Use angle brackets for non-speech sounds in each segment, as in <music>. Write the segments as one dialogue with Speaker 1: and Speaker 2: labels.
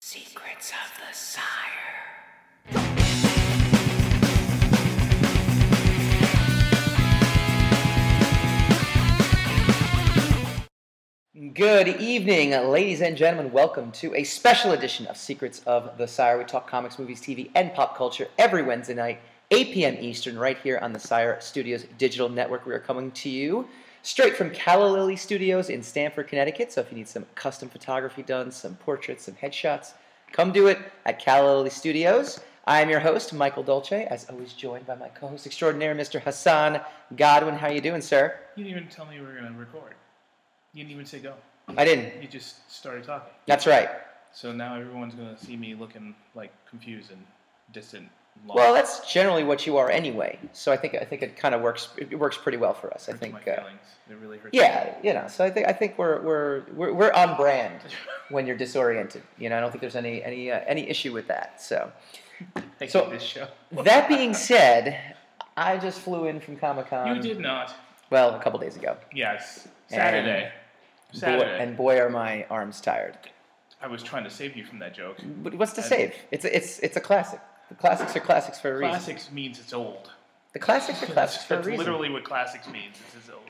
Speaker 1: Secrets of the Sire. Good evening, ladies and gentlemen. Welcome to a special edition of Secrets of the Sire. We talk comics, movies, TV, and pop culture every Wednesday night, 8 p.m. Eastern, right here on the Sire Studios Digital Network. We are coming to you straight from Calalilly Studios in Stamford, Connecticut. So if you need some custom photography done, some portraits, some headshots, come do it at Calalilly Studios. I am your host, Michael Dolce, as always joined by my co-host extraordinaire, Mr. Hassan Godwin. How you doing, sir?
Speaker 2: You didn't even tell me we were going to record. You didn't even say go.
Speaker 1: I didn't.
Speaker 2: You just started talking.
Speaker 1: That's right.
Speaker 2: So now everyone's going to see me looking like confused and distant. and lost.
Speaker 1: Well, that's generally what you are anyway. So I think I think it kind of works. It works pretty well for us. I
Speaker 2: Hurts
Speaker 1: think.
Speaker 2: my
Speaker 1: Uh,
Speaker 2: feelings. It really hurts.
Speaker 1: yeah, you know. So I think I think we're we're we're, we're on brand when you're disoriented. You know, I don't think there's any any uh, any issue with that. So
Speaker 2: I hate
Speaker 1: So-
Speaker 2: this show.
Speaker 1: that being said, I just flew in from Comic Con.
Speaker 2: you did not.
Speaker 1: Well, a couple days ago.
Speaker 2: Yes. Saturday.
Speaker 1: Boy-
Speaker 2: Saturday.
Speaker 1: and boy, are my arms tired.
Speaker 2: I was trying to save you from that joke.
Speaker 1: But what's to
Speaker 2: And-
Speaker 1: save? It's a- it's it's a classic. The classics are classics for a reason.
Speaker 2: Classics means
Speaker 1: <laughs>
Speaker 2: it's old.
Speaker 1: The classics are classics for a
Speaker 2: <laughs> That's
Speaker 1: reason.
Speaker 2: literally what classics means. It's it's old.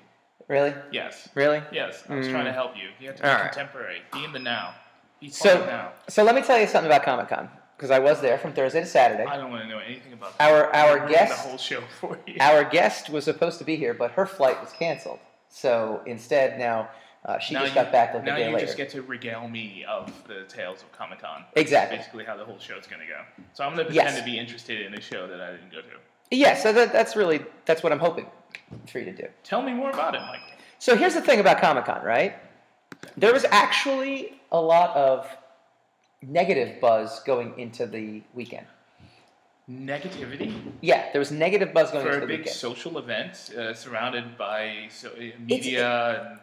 Speaker 1: Really,
Speaker 2: Yes.
Speaker 1: really.
Speaker 2: Yes. I was
Speaker 1: Mm.
Speaker 2: trying to help you. You have to be
Speaker 1: All right.
Speaker 2: contemporary. Be in the now. Be
Speaker 1: So-
Speaker 2: so, now.
Speaker 1: So let me tell you something about Comic Con because I was there from Thursday to Saturday.
Speaker 2: I don't want to know anything about that.
Speaker 1: Our
Speaker 2: I
Speaker 1: our
Speaker 2: ruined
Speaker 1: guest
Speaker 2: the whole show for you.
Speaker 1: our guest was supposed to be here, but her flight was canceled. So instead, now uh, she
Speaker 2: now
Speaker 1: just
Speaker 2: you,
Speaker 1: got back like
Speaker 2: now
Speaker 1: a day
Speaker 2: you
Speaker 1: later.
Speaker 2: just get to regale me of the tales of Comic Con.
Speaker 1: exactly.
Speaker 2: Basically, how the whole show's going to go. So I'm going to
Speaker 1: Yes.
Speaker 2: pretend to be interested in a show that I didn't go to.
Speaker 1: Yeah. So that, that's really that's what I'm hoping for you to do.
Speaker 2: Tell me more about it, Michael.
Speaker 1: So here's the thing about Comic Con, right? There was actually a lot of negative buzz going into the weekend.
Speaker 2: Negativity
Speaker 1: Yeah, there was negative buzz going
Speaker 2: for
Speaker 1: into
Speaker 2: a
Speaker 1: the
Speaker 2: big
Speaker 1: weekend.
Speaker 2: social event uh, surrounded by so, uh, media and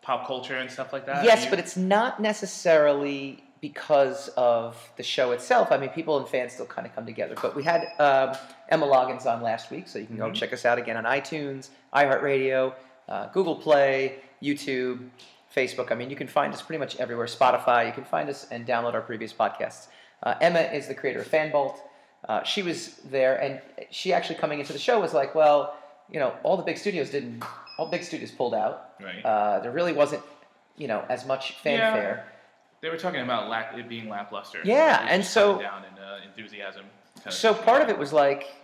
Speaker 2: pop culture and stuff like that.
Speaker 1: Yes,
Speaker 2: You-
Speaker 1: but it's not necessarily because of the show itself. I mean, people and fans still kind of come together. But we had um, Emma Loggins on last week, so you can go
Speaker 2: Mhm.
Speaker 1: check us out again on iTunes, iHeartRadio, uh, Google Play, YouTube, Facebook. I mean, you can find us pretty much everywhere. Spotify, you can find us and download our previous podcasts. Uh, Emma is the creator of Fanbolt. Uh, she was there, and she actually coming into the show was like, well, you know, all the big studios didn't, all big studios pulled out.
Speaker 2: right.
Speaker 1: Uh, there really wasn't, you know, as much fanfare.
Speaker 2: they were talking about lack, it being lackluster.
Speaker 1: Yeah,
Speaker 2: It was
Speaker 1: and
Speaker 2: just
Speaker 1: so-
Speaker 2: coming down in uh, enthusiasm. kind of
Speaker 1: So part of it was like,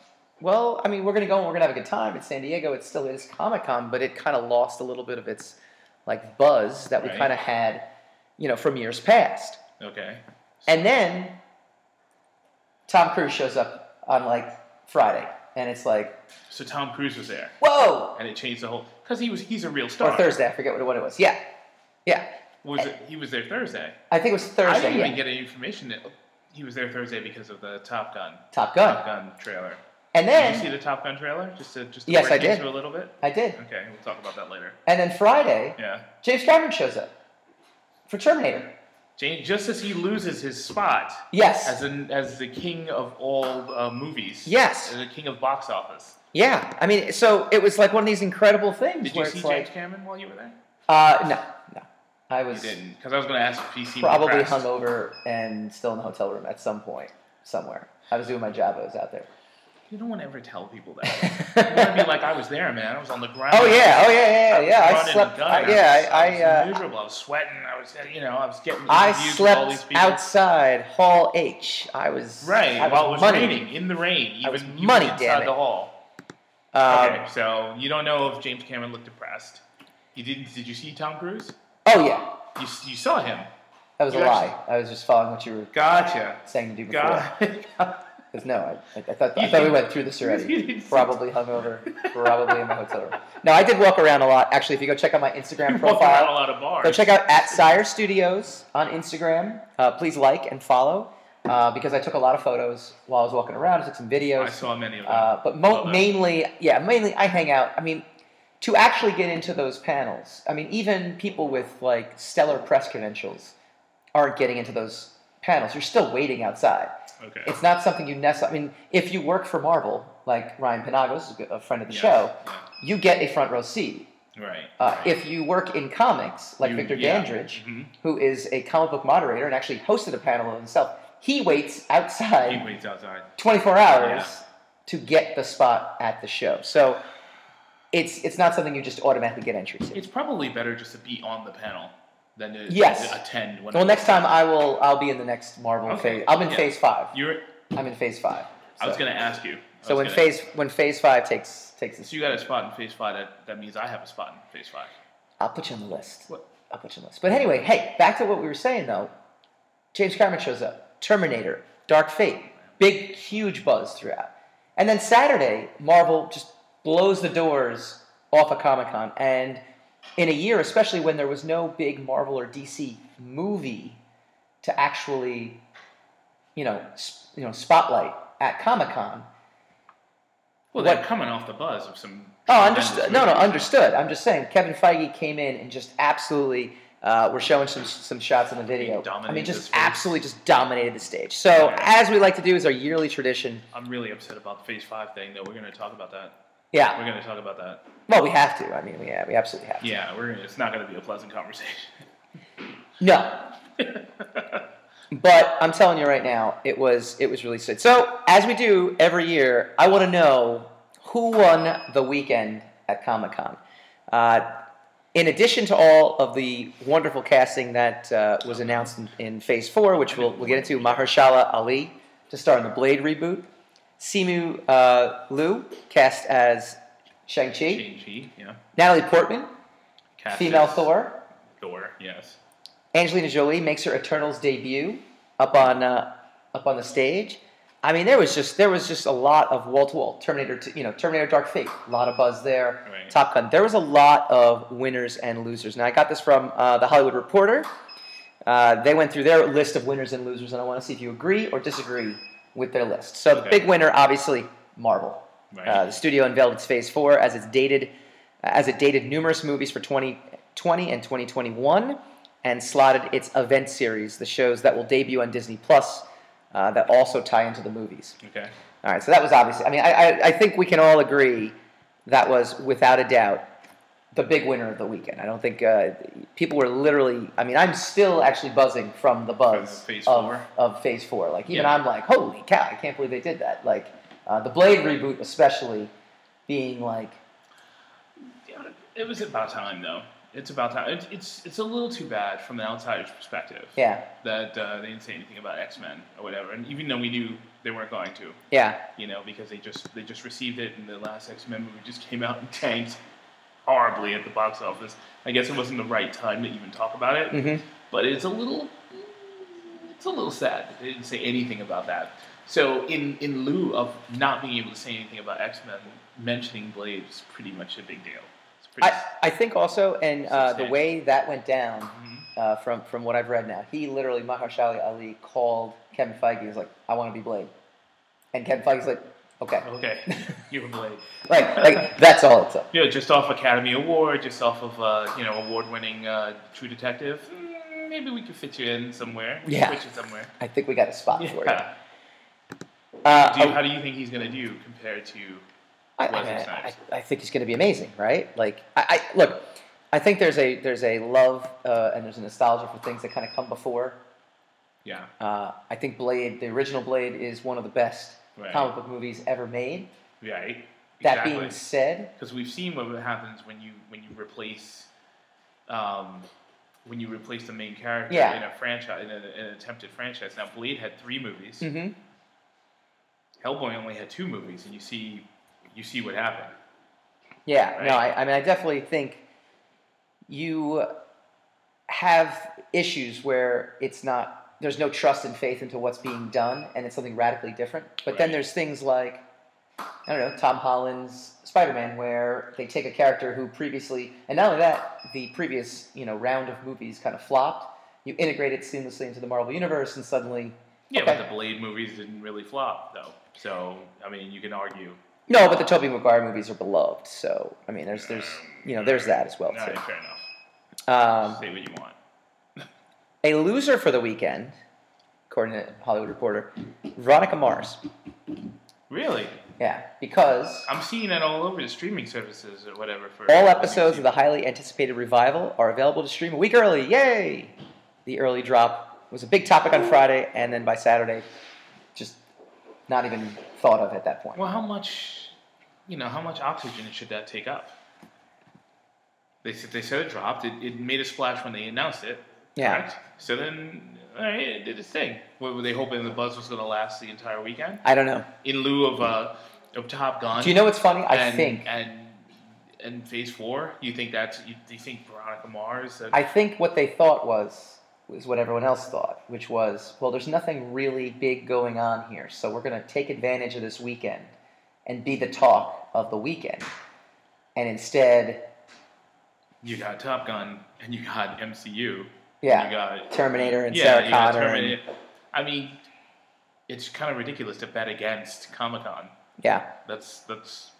Speaker 1: well, I mean, we're gonna go and we're gonna have a good time. It's San Diego. It still is Comic Con, but it kind of lost a little bit of its like buzz that we
Speaker 2: Right.
Speaker 1: kind of had, you know, from years past.
Speaker 2: Okay.
Speaker 1: And then Tom Cruise shows up on like Friday, and it's like,
Speaker 2: So Tom Cruise was there,
Speaker 1: whoa,
Speaker 2: and it changed the whole because he was he's a real star.
Speaker 1: or Thursday. I forget what, what it was. Yeah, yeah.
Speaker 2: Was it, he was there Thursday?
Speaker 1: I think it was
Speaker 2: I
Speaker 1: Thursday.
Speaker 2: didn't
Speaker 1: Yeah.
Speaker 2: even get any information that he was there Thursday because of the Top Gun
Speaker 1: Top Gun.
Speaker 2: Top Gun trailer.
Speaker 1: And
Speaker 2: Did you
Speaker 1: then
Speaker 2: see the Top Gun trailer? Just to just to
Speaker 1: Yes,
Speaker 2: break
Speaker 1: I did.
Speaker 2: into a little bit.
Speaker 1: I did.
Speaker 2: Okay, we'll talk about that later.
Speaker 1: And then Friday,
Speaker 2: Yeah,
Speaker 1: James Cameron shows up for Terminator.
Speaker 2: James. Just as he loses his spot
Speaker 1: Yes.
Speaker 2: as an as the king of all uh, movies.
Speaker 1: Yes.
Speaker 2: As the king of box office.
Speaker 1: Yeah, I mean, so it was like one of these incredible things
Speaker 2: Did you
Speaker 1: where
Speaker 2: see
Speaker 1: it's
Speaker 2: James
Speaker 1: like,
Speaker 2: Cameron while you were there?
Speaker 1: uh, no, no, I
Speaker 2: You
Speaker 1: was
Speaker 2: didn't, because I was going to ask if he seemed
Speaker 1: probably
Speaker 2: depressed.
Speaker 1: hungover and still in the hotel room at some point somewhere. I was doing my job. I was out there.
Speaker 2: You don't want to ever tell people that. you want to be like, I was there, man. I was on the ground.
Speaker 1: oh yeah, oh yeah, yeah, yeah.
Speaker 2: I, was
Speaker 1: I
Speaker 2: running
Speaker 1: slept.
Speaker 2: and gunning.
Speaker 1: I, yeah, I, I,
Speaker 2: was,
Speaker 1: uh,
Speaker 2: was miserable. I was sweating. I was, you know, I was getting
Speaker 1: <laughs> I
Speaker 2: interviews with all these
Speaker 1: slept
Speaker 2: people.
Speaker 1: outside Hall H. I was
Speaker 2: Right,
Speaker 1: I was
Speaker 2: while it was
Speaker 1: money.
Speaker 2: raining, in the rain, even,
Speaker 1: was
Speaker 2: even
Speaker 1: money,
Speaker 2: outside
Speaker 1: damn it.
Speaker 2: the hall.
Speaker 1: Um,
Speaker 2: okay, so you don't know if James Cameron looked depressed. You didn't? Did you see Tom Cruise?
Speaker 1: Oh yeah,
Speaker 2: You, s- you saw him.
Speaker 1: that was a
Speaker 2: You actually-
Speaker 1: lie. I was just following what you were
Speaker 2: Gotcha.
Speaker 1: saying to do before.
Speaker 2: <laughs> God.
Speaker 1: Because no, I, I I thought, I
Speaker 2: You
Speaker 1: thought we
Speaker 2: didn't-
Speaker 1: went through this
Speaker 2: <laughs> you
Speaker 1: already.
Speaker 2: didn't see-
Speaker 1: Probably hungover, probably in the hotel room. No, I did walk around a lot. Actually, if you go check out my Instagram
Speaker 2: Walked around a
Speaker 1: profile,
Speaker 2: lot of bars.
Speaker 1: go check out at Sire Studios on Instagram. Uh, please like and follow uh, because I took a lot of photos while I was walking around. I took some
Speaker 2: I
Speaker 1: videos.
Speaker 2: saw many of them.
Speaker 1: Uh, but mo-
Speaker 2: Love it.
Speaker 1: mainly, yeah, mainly I hang out. I mean, to actually get into those panels, I mean, even people with like stellar press credentials aren't getting into those panels. You're still waiting outside
Speaker 2: okay.
Speaker 1: it's not something you necessarily. I mean, if you work for Marvel, like Ryan Panagos, who's a good- a friend of the
Speaker 2: Yes,
Speaker 1: show,
Speaker 2: yeah.
Speaker 1: you get a front row seat.
Speaker 2: Right.
Speaker 1: Uh, if you work in comics, like
Speaker 2: You-
Speaker 1: Victor
Speaker 2: yeah.
Speaker 1: Dandridge,
Speaker 2: Mhm.
Speaker 1: who is a comic book moderator and actually hosted a panel himself, he waits outside
Speaker 2: He waits outside.
Speaker 1: 24 hours
Speaker 2: Yeah.
Speaker 1: to get the spot at the show. So it's it's not something you just automatically get entry to.
Speaker 2: It's probably better just to be on the panel than to,
Speaker 1: Yes.
Speaker 2: to attend. When
Speaker 1: well, next time I will I'll be in the next Marvel
Speaker 2: Okay,
Speaker 1: phase. I'm in
Speaker 2: yeah.
Speaker 1: phase 5.
Speaker 2: you're,
Speaker 1: I'm in phase 5.
Speaker 2: I was
Speaker 1: So-
Speaker 2: going to ask you. I
Speaker 1: So when
Speaker 2: was gonna-
Speaker 1: phase when phase 5 takes takes
Speaker 2: So
Speaker 1: this
Speaker 2: you got a spot in phase five. That, that means I have a spot in phase five.
Speaker 1: I'll put you on the list.
Speaker 2: What?
Speaker 1: I'll put you on the list. But anyway, hey, back to what we were saying though. James Cameron shows up. Terminator, Dark Fate, big huge buzz throughout. And then Saturday, Marvel just blows the doors off of Comic Con. And in a year, especially when there was no big Marvel or DC movie to actually, you know, sp- you know, spotlight at Comic Con.
Speaker 2: Well, they're
Speaker 1: What-
Speaker 2: coming off the buzz of some.
Speaker 1: Oh,
Speaker 2: tremendous
Speaker 1: understood. No, no,
Speaker 2: movies.
Speaker 1: understood. I'm just saying, Kevin Feige came in and just absolutely. Uh, we're showing some some shots in the video. I mean,
Speaker 2: dominated the
Speaker 1: just
Speaker 2: stage.
Speaker 1: absolutely just dominated the stage. So
Speaker 2: Yeah.
Speaker 1: as we like to do is our yearly tradition.
Speaker 2: I'm really upset about the phase five thing, though. We're going to talk about that.
Speaker 1: Yeah.
Speaker 2: We're going to talk about that.
Speaker 1: Well, we have to. I mean, we, yeah, we absolutely have to.
Speaker 2: Yeah, we're. Gonna, it's not going to be a pleasant conversation. <laughs>
Speaker 1: No. but I'm telling you right now, it was it was really sick. So as we do every year, I want to know who won the weekend at Comic Con. Uh, in addition to all of the wonderful casting that uh, was announced in, in Phase Four, which we'll, we'll get into, Mahershala Ali to star in the Blade reboot, Simu uh, Liu cast as Shang Chi,
Speaker 2: Shang Chi, yeah.
Speaker 1: Natalie Portman,
Speaker 2: Cast
Speaker 1: female
Speaker 2: as
Speaker 1: Thor,
Speaker 2: Thor, yes.
Speaker 1: Angelina Jolie makes her Eternals debut up on uh, up on the stage. I mean, there was just there was just a lot of wall to wall Terminator, t- you know, Terminator Dark Fate, a lot of buzz there.
Speaker 2: Right.
Speaker 1: Top Gun, there was a lot of winners and losers. Now I got this from uh, the Hollywood Reporter. Uh, they went through their list of winners and losers, and I want to see if you agree or disagree with their list. So the
Speaker 2: Okay.
Speaker 1: big winner, obviously, Marvel.
Speaker 2: Right.
Speaker 1: Uh, the studio unveiled its Phase Four as it's dated, uh, as it dated numerous movies for 2020 and 2021, and slotted its event series, the shows that will debut on Disney Plus, uh, that also tie into the movies.
Speaker 2: Okay.
Speaker 1: All right, so that was obviously. I mean, I, I, I think we can all agree that was without a doubt the big winner of the weekend. I don't think uh, people were literally. I mean, I'm still actually buzzing from the buzz
Speaker 2: From Phase
Speaker 1: of,
Speaker 2: Four?
Speaker 1: of Phase Four. Like even
Speaker 2: Yeah.
Speaker 1: I'm like, holy cow! I can't believe they did that. Like uh, the Blade reboot, especially being like,
Speaker 2: Yeah, It was about time, though. It's about time. It's it's, it's a little too bad from the outsider's perspective
Speaker 1: yeah,
Speaker 2: that uh, they didn't say anything about X Men or whatever. And even though we knew they weren't going to,
Speaker 1: yeah,
Speaker 2: you know, because they just they just received it, and the last X Men movie just came out and tanked horribly at the box office. I guess it wasn't the right time to even talk about it,
Speaker 1: Mhm.
Speaker 2: but it's a little it's a little sad that they didn't say anything about that. So in in lieu of not being able to say anything about X Men, mentioning Blade is pretty much a big deal. It's pretty.
Speaker 1: I, I think also, and uh, the
Speaker 2: Substantial.
Speaker 1: way that went down,
Speaker 2: Mhm.
Speaker 1: uh, from from what I've read now, he literally Mahershala Ali called Kevin Feige. He's like, I want to be Blade, and Kevin Feige's like, okay,
Speaker 2: Okay, <laughs> you were Blade.
Speaker 1: like like that's all it's up.
Speaker 2: You know, just off Academy Award, just off of uh, you know award-winning uh, True Detective. mm, Maybe we could fit you in somewhere. We could
Speaker 1: Yeah.
Speaker 2: Put you somewhere.
Speaker 1: I think we got a spot for you.
Speaker 2: Yeah.
Speaker 1: Uh,
Speaker 2: Do you, how do you think he's gonna do compared to?
Speaker 1: I, I,
Speaker 2: Wesley
Speaker 1: mean, I,
Speaker 2: Snipes?
Speaker 1: I think he's going to be amazing, right? Like, I, I look, I think there's a there's a love uh, and there's a nostalgia for things that kind of come before.
Speaker 2: Yeah.
Speaker 1: Uh, I think Blade, the original Blade, is one of the best
Speaker 2: Right.
Speaker 1: comic book movies ever made.
Speaker 2: Right.
Speaker 1: That being said,
Speaker 2: because we've seen what happens when you when you replace, um, when you replace the main character
Speaker 1: Yeah.
Speaker 2: in a franchise in, a, in an attempted franchise. Now Blade had three movies.
Speaker 1: hmm
Speaker 2: Hellboy only had two movies, and you see, you see what happened.
Speaker 1: Yeah, no,
Speaker 2: Right.
Speaker 1: I, I mean, I definitely think you have issues where it's not, there's no trust and faith into what's being done, and it's something radically different. But then
Speaker 2: Right.
Speaker 1: there's things like, I don't know, Tom Holland's Spider Man, where they take a character who previously, and not only that, the previous, you know, round of movies kind of flopped. You integrate it seamlessly into the Marvel Universe, and suddenly.
Speaker 2: Yeah,
Speaker 1: Okay.
Speaker 2: but the Blade movies didn't really flop though. So I mean, you can argue.
Speaker 1: No, but the Tobey Maguire movies are beloved, so I mean, there's, there's, you know, there's that as well
Speaker 2: All right,
Speaker 1: too.
Speaker 2: fair enough.
Speaker 1: Um,
Speaker 2: Say what you want.
Speaker 1: A loser for the weekend, according to Hollywood Reporter, Veronica Mars.
Speaker 2: Really?
Speaker 1: Yeah, because
Speaker 2: I'm seeing it all over the streaming services or whatever. For
Speaker 1: all episodes of the highly anticipated revival are available to stream a week early. Yay! The early drop was a big topic on Friday, and then by Saturday, just not even thought of at that point.
Speaker 2: Well, how much, you know, how much oxygen should that take up? They said they said it dropped. It, it made a splash when they announced it.
Speaker 1: Yeah.
Speaker 2: correct? So then, all right, it did its thing. What, were they hoping the buzz was going to last the entire weekend?
Speaker 1: I don't know.
Speaker 2: In lieu of uh, of Top Gun.
Speaker 1: Do you know what's funny? I
Speaker 2: and,
Speaker 1: think
Speaker 2: and and Phase Four. You think that's you, you think Veronica Mars? uh,
Speaker 1: I think what they thought was was what everyone else thought, which was, well, there's nothing really big going on here, so we're going to take advantage of this weekend and be the talk of the weekend. And instead,
Speaker 2: you got Top Gun and you got MCU.
Speaker 1: yeah,
Speaker 2: You got
Speaker 1: Terminator and
Speaker 2: yeah,
Speaker 1: Sarah
Speaker 2: you got
Speaker 1: Connor. and-
Speaker 2: Terminator. I mean, it's kind of ridiculous to bet against Comic Con.
Speaker 1: yeah,
Speaker 2: That's that's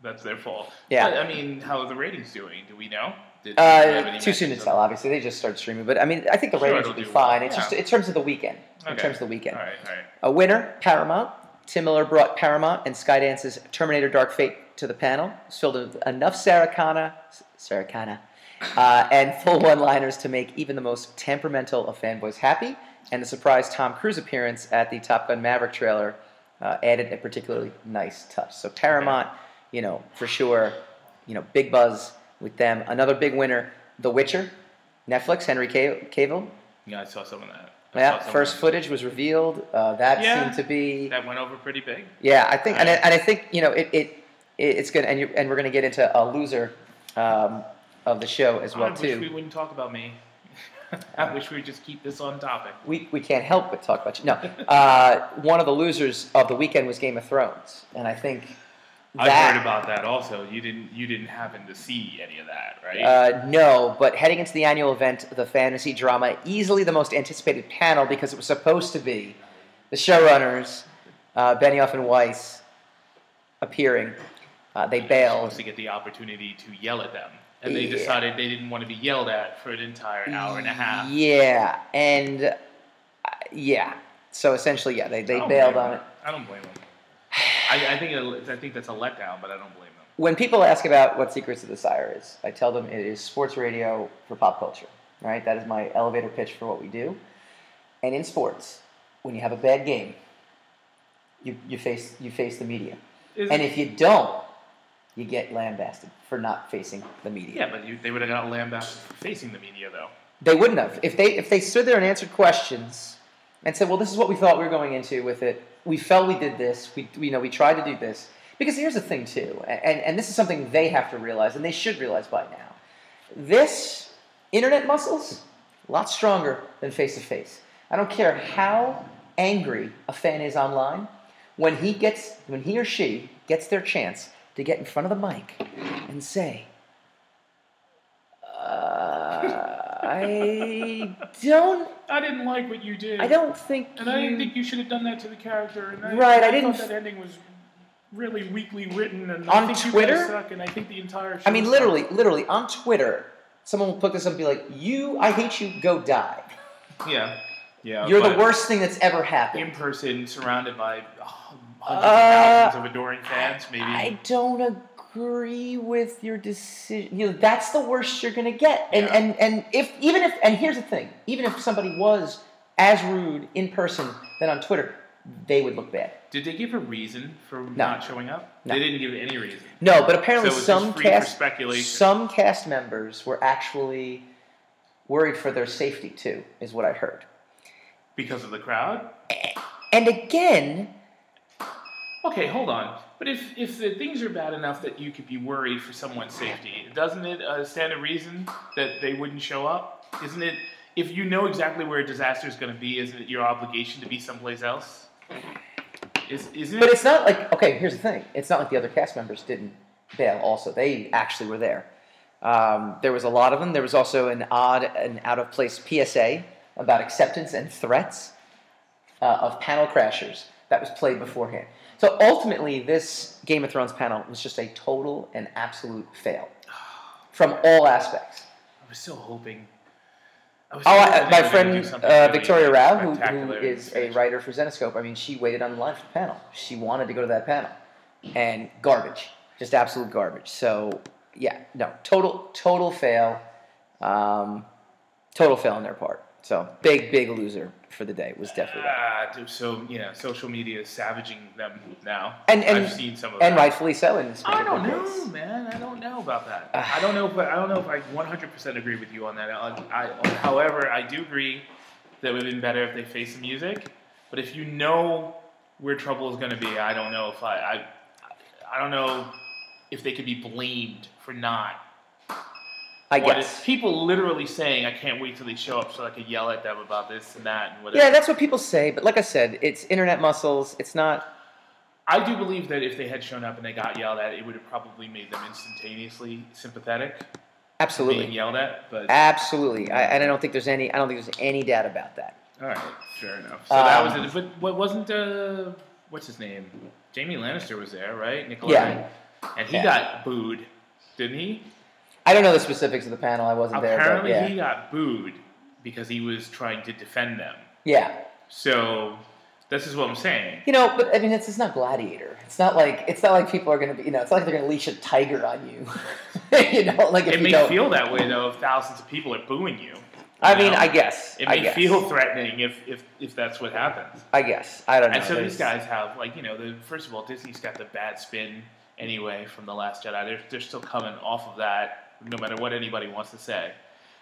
Speaker 2: that's their fault.
Speaker 1: Yeah.
Speaker 2: But, I mean, how are the ratings doing? Do we know? Did, do we have
Speaker 1: uh,
Speaker 2: any
Speaker 1: too soon to
Speaker 2: metrics
Speaker 1: tell.
Speaker 2: on-
Speaker 1: Obviously, they just started streaming, but I mean, I think the
Speaker 2: Sure,
Speaker 1: ratings
Speaker 2: it'll
Speaker 1: will be
Speaker 2: do
Speaker 1: fine.
Speaker 2: well.
Speaker 1: It's just
Speaker 2: Yeah.
Speaker 1: in terms of the weekend. In
Speaker 2: Okay.
Speaker 1: terms of the weekend,
Speaker 2: All right, all right.
Speaker 1: a winner, Paramount. Tim Miller brought Paramount and Skydance's Terminator Dark Fate to the panel. It's filled with enough Sarah Connor, Sarah Connor, uh, and full one liners to make even the most temperamental of fanboys happy. And the surprise Tom Cruise appearance at the Top Gun Maverick trailer uh, added a particularly nice touch. So Paramount, you know, for sure, you know, big buzz with them. Another big winner, The Witcher, Netflix, Henry Cav- Cavill.
Speaker 2: Yeah, I saw some of that. I saw
Speaker 1: Yeah,
Speaker 2: some
Speaker 1: first
Speaker 2: of
Speaker 1: footage was revealed. Uh, that
Speaker 2: Yeah.
Speaker 1: seemed to be
Speaker 2: that. That went over pretty big.
Speaker 1: yeah, I think, and I,
Speaker 2: Right.
Speaker 1: and I think you know it. it, it it's gonna, and you and we're gonna get into a loser um, of the show as well
Speaker 2: I wish we
Speaker 1: too.
Speaker 2: wouldn't talk about me. <laughs> I wish we would just keep this on topic.
Speaker 1: We, we can't help but talk about you. No, uh, one of the losers of the weekend was Game of Thrones, and I think
Speaker 2: I've
Speaker 1: that
Speaker 2: heard about that also. You didn't you didn't happen to see any of that, right?
Speaker 1: Uh, no, but heading into the annual event, the fantasy drama, easily the most anticipated panel because it was supposed to be the showrunners, uh, Benioff and Weiss, appearing. Uh, they bailed.
Speaker 2: supposed to get the opportunity to yell at them, and they
Speaker 1: Yeah.
Speaker 2: decided they didn't want to be yelled at for an entire hour and a half.
Speaker 1: Yeah, and uh, yeah. So essentially, yeah, they,
Speaker 2: I
Speaker 1: they
Speaker 2: don't
Speaker 1: bailed
Speaker 2: blame
Speaker 1: on it.
Speaker 2: them. I don't blame them. <sighs> I, I think it, I think that's a letdown, but I don't blame them.
Speaker 1: When people ask about what Secrets of the Sire is, I tell them it is sports radio for pop culture. Right? That is my elevator pitch for what we do. And in sports, when you have a bad game, you, you face you face the media.
Speaker 2: Is-
Speaker 1: And if you don't, you get lambasted for not facing the media.
Speaker 2: yeah, but you, they would have got lambasted for facing the media though.
Speaker 1: They wouldn't have. If they if they stood there and answered questions and said, "Well, this is what we thought we were going into with it. We felt we did this. We we- you know we tried to do this." Because here's the thing too, a- and and this is something they have to realize, and they should realize by now. This internet muscles a lot stronger than face to face. I don't care how angry a fan is online. When he gets when he or she gets their chance to get in front of the mic and say, uh, I don't.
Speaker 2: I didn't like what you did.
Speaker 1: I don't think.
Speaker 2: And I didn't
Speaker 1: you-
Speaker 2: think you should have done that to the character. And I,
Speaker 1: Right, I
Speaker 2: I
Speaker 1: didn't-
Speaker 2: Thought that ending was really weakly written, and
Speaker 1: On
Speaker 2: I think
Speaker 1: Twitter?
Speaker 2: you guys suck, and I think the entire. Show
Speaker 1: I mean,
Speaker 2: sucks.
Speaker 1: literally, literally on Twitter, someone will put this up and be like, "You, I hate you. Go die.
Speaker 2: Yeah, yeah.
Speaker 1: You're the
Speaker 2: Uh, but
Speaker 1: worst thing that's ever
Speaker 2: In
Speaker 1: happened."
Speaker 2: person, surrounded by oh, hundreds
Speaker 1: Uh,
Speaker 2: of thousands of adoring fans, maybe.
Speaker 1: I don't agree with your decision. You know, that's the worst you're gonna get. And
Speaker 2: Yeah.
Speaker 1: and and if even if and here's the thing, even if somebody was as rude in person than on Twitter, they would look bad.
Speaker 2: Did they give a reason for not showing up?
Speaker 1: No.
Speaker 2: They didn't give any reason.
Speaker 1: No, but
Speaker 2: So
Speaker 1: apparently
Speaker 2: it's
Speaker 1: some
Speaker 2: just free for
Speaker 1: cast
Speaker 2: speculation.
Speaker 1: Some cast members were actually worried for their safety too, is what I heard.
Speaker 2: because of the crowd.
Speaker 1: And again,
Speaker 2: Okay, hold on. But if if the things are bad enough that you could be worried for someone's safety, doesn't it uh, stand a reason that they wouldn't show up? Isn't it if you know exactly where a disaster is going to be, isn't it your obligation to be someplace else? Is isn't
Speaker 1: but
Speaker 2: it?
Speaker 1: it's not like okay. Here's the thing: it's not like the other cast members didn't bail. Also, they actually were there. Um, there was a lot of them. There was also an odd and out of place PSA about acceptance and threats uh, of panel crashers that was played beforehand. So ultimately, this Game of Thrones panel was just a total and absolute fail from all aspects.
Speaker 2: I was so hoping was
Speaker 1: Oh,
Speaker 2: hoping
Speaker 1: I,
Speaker 2: they
Speaker 1: my
Speaker 2: were gonna
Speaker 1: friend
Speaker 2: do something
Speaker 1: uh,
Speaker 2: really
Speaker 1: Victoria Rao, who, who
Speaker 2: spectacular.
Speaker 1: is a writer for Zenoscope, I mean, she waited on line for the panel. She wanted to go to that panel, and garbage, just absolute garbage. So yeah, no, total total fail, um, total fail on their part. So big big loser for the day was definitely that,
Speaker 2: Ah, dude, so you know, social media is savaging them now.
Speaker 1: And- and-
Speaker 2: I've seen some of
Speaker 1: and
Speaker 2: that.
Speaker 1: rightfully so. In this
Speaker 2: I don't
Speaker 1: particular
Speaker 2: know,
Speaker 1: case.
Speaker 2: man. I don't know about
Speaker 1: <sighs>
Speaker 2: that.
Speaker 1: Ah.
Speaker 2: I don't know, but I don't know if I 100% agree with you on that. I, I, however, I do agree that it would have been better if they faced the music. But if you know where trouble is going to be, I don't know if I, I, I don't know if they could be blamed for not.
Speaker 1: I
Speaker 2: What
Speaker 1: guess.
Speaker 2: if- people literally saying, "I can't wait till they show up so I could yell at them about this and that and whatever."
Speaker 1: Yeah, that's what people say. But like I said, it's internet muscles. It's not.
Speaker 2: I do believe that if they had shown up and they got yelled at, it would have probably made them instantaneously sympathetic to being
Speaker 1: Absolutely.
Speaker 2: yelled at. But
Speaker 1: Absolutely. I, and I don't think there's any. I don't think there's any doubt about that.
Speaker 2: All right, fair enough. So that was
Speaker 1: Um,
Speaker 2: it. But what wasn't uh, what's his name? Jamie Lannister was there, right? Nikolai.
Speaker 1: Yeah.
Speaker 2: And he
Speaker 1: Yeah.
Speaker 2: got booed, didn't he?
Speaker 1: I don't know the specifics of the panel. I wasn't
Speaker 2: Apparently,
Speaker 1: there, but
Speaker 2: he
Speaker 1: yeah,
Speaker 2: got booed because he was trying to defend them.
Speaker 1: yeah.
Speaker 2: So this is what I'm saying.
Speaker 1: You know, but I mean, it's, it's not Gladiator. It's not like it's not like people are going to be. You know, it's not like they're going to leash a tiger on you. <laughs> you know, like if
Speaker 2: It
Speaker 1: you
Speaker 2: may
Speaker 1: don't.
Speaker 2: feel that way though if thousands of people are booing you.
Speaker 1: I
Speaker 2: you
Speaker 1: mean,
Speaker 2: know?
Speaker 1: I guess.
Speaker 2: It
Speaker 1: I
Speaker 2: may
Speaker 1: guess.
Speaker 2: feel threatening if, if, if that's what happens.
Speaker 1: I guess. I don't know.
Speaker 2: And so these
Speaker 1: There's-
Speaker 2: guys have, like, you know, the, first of all, Disney's got the bad spin anyway from The Last Jedi. They're, they're still coming off of that, no matter what anybody wants to say.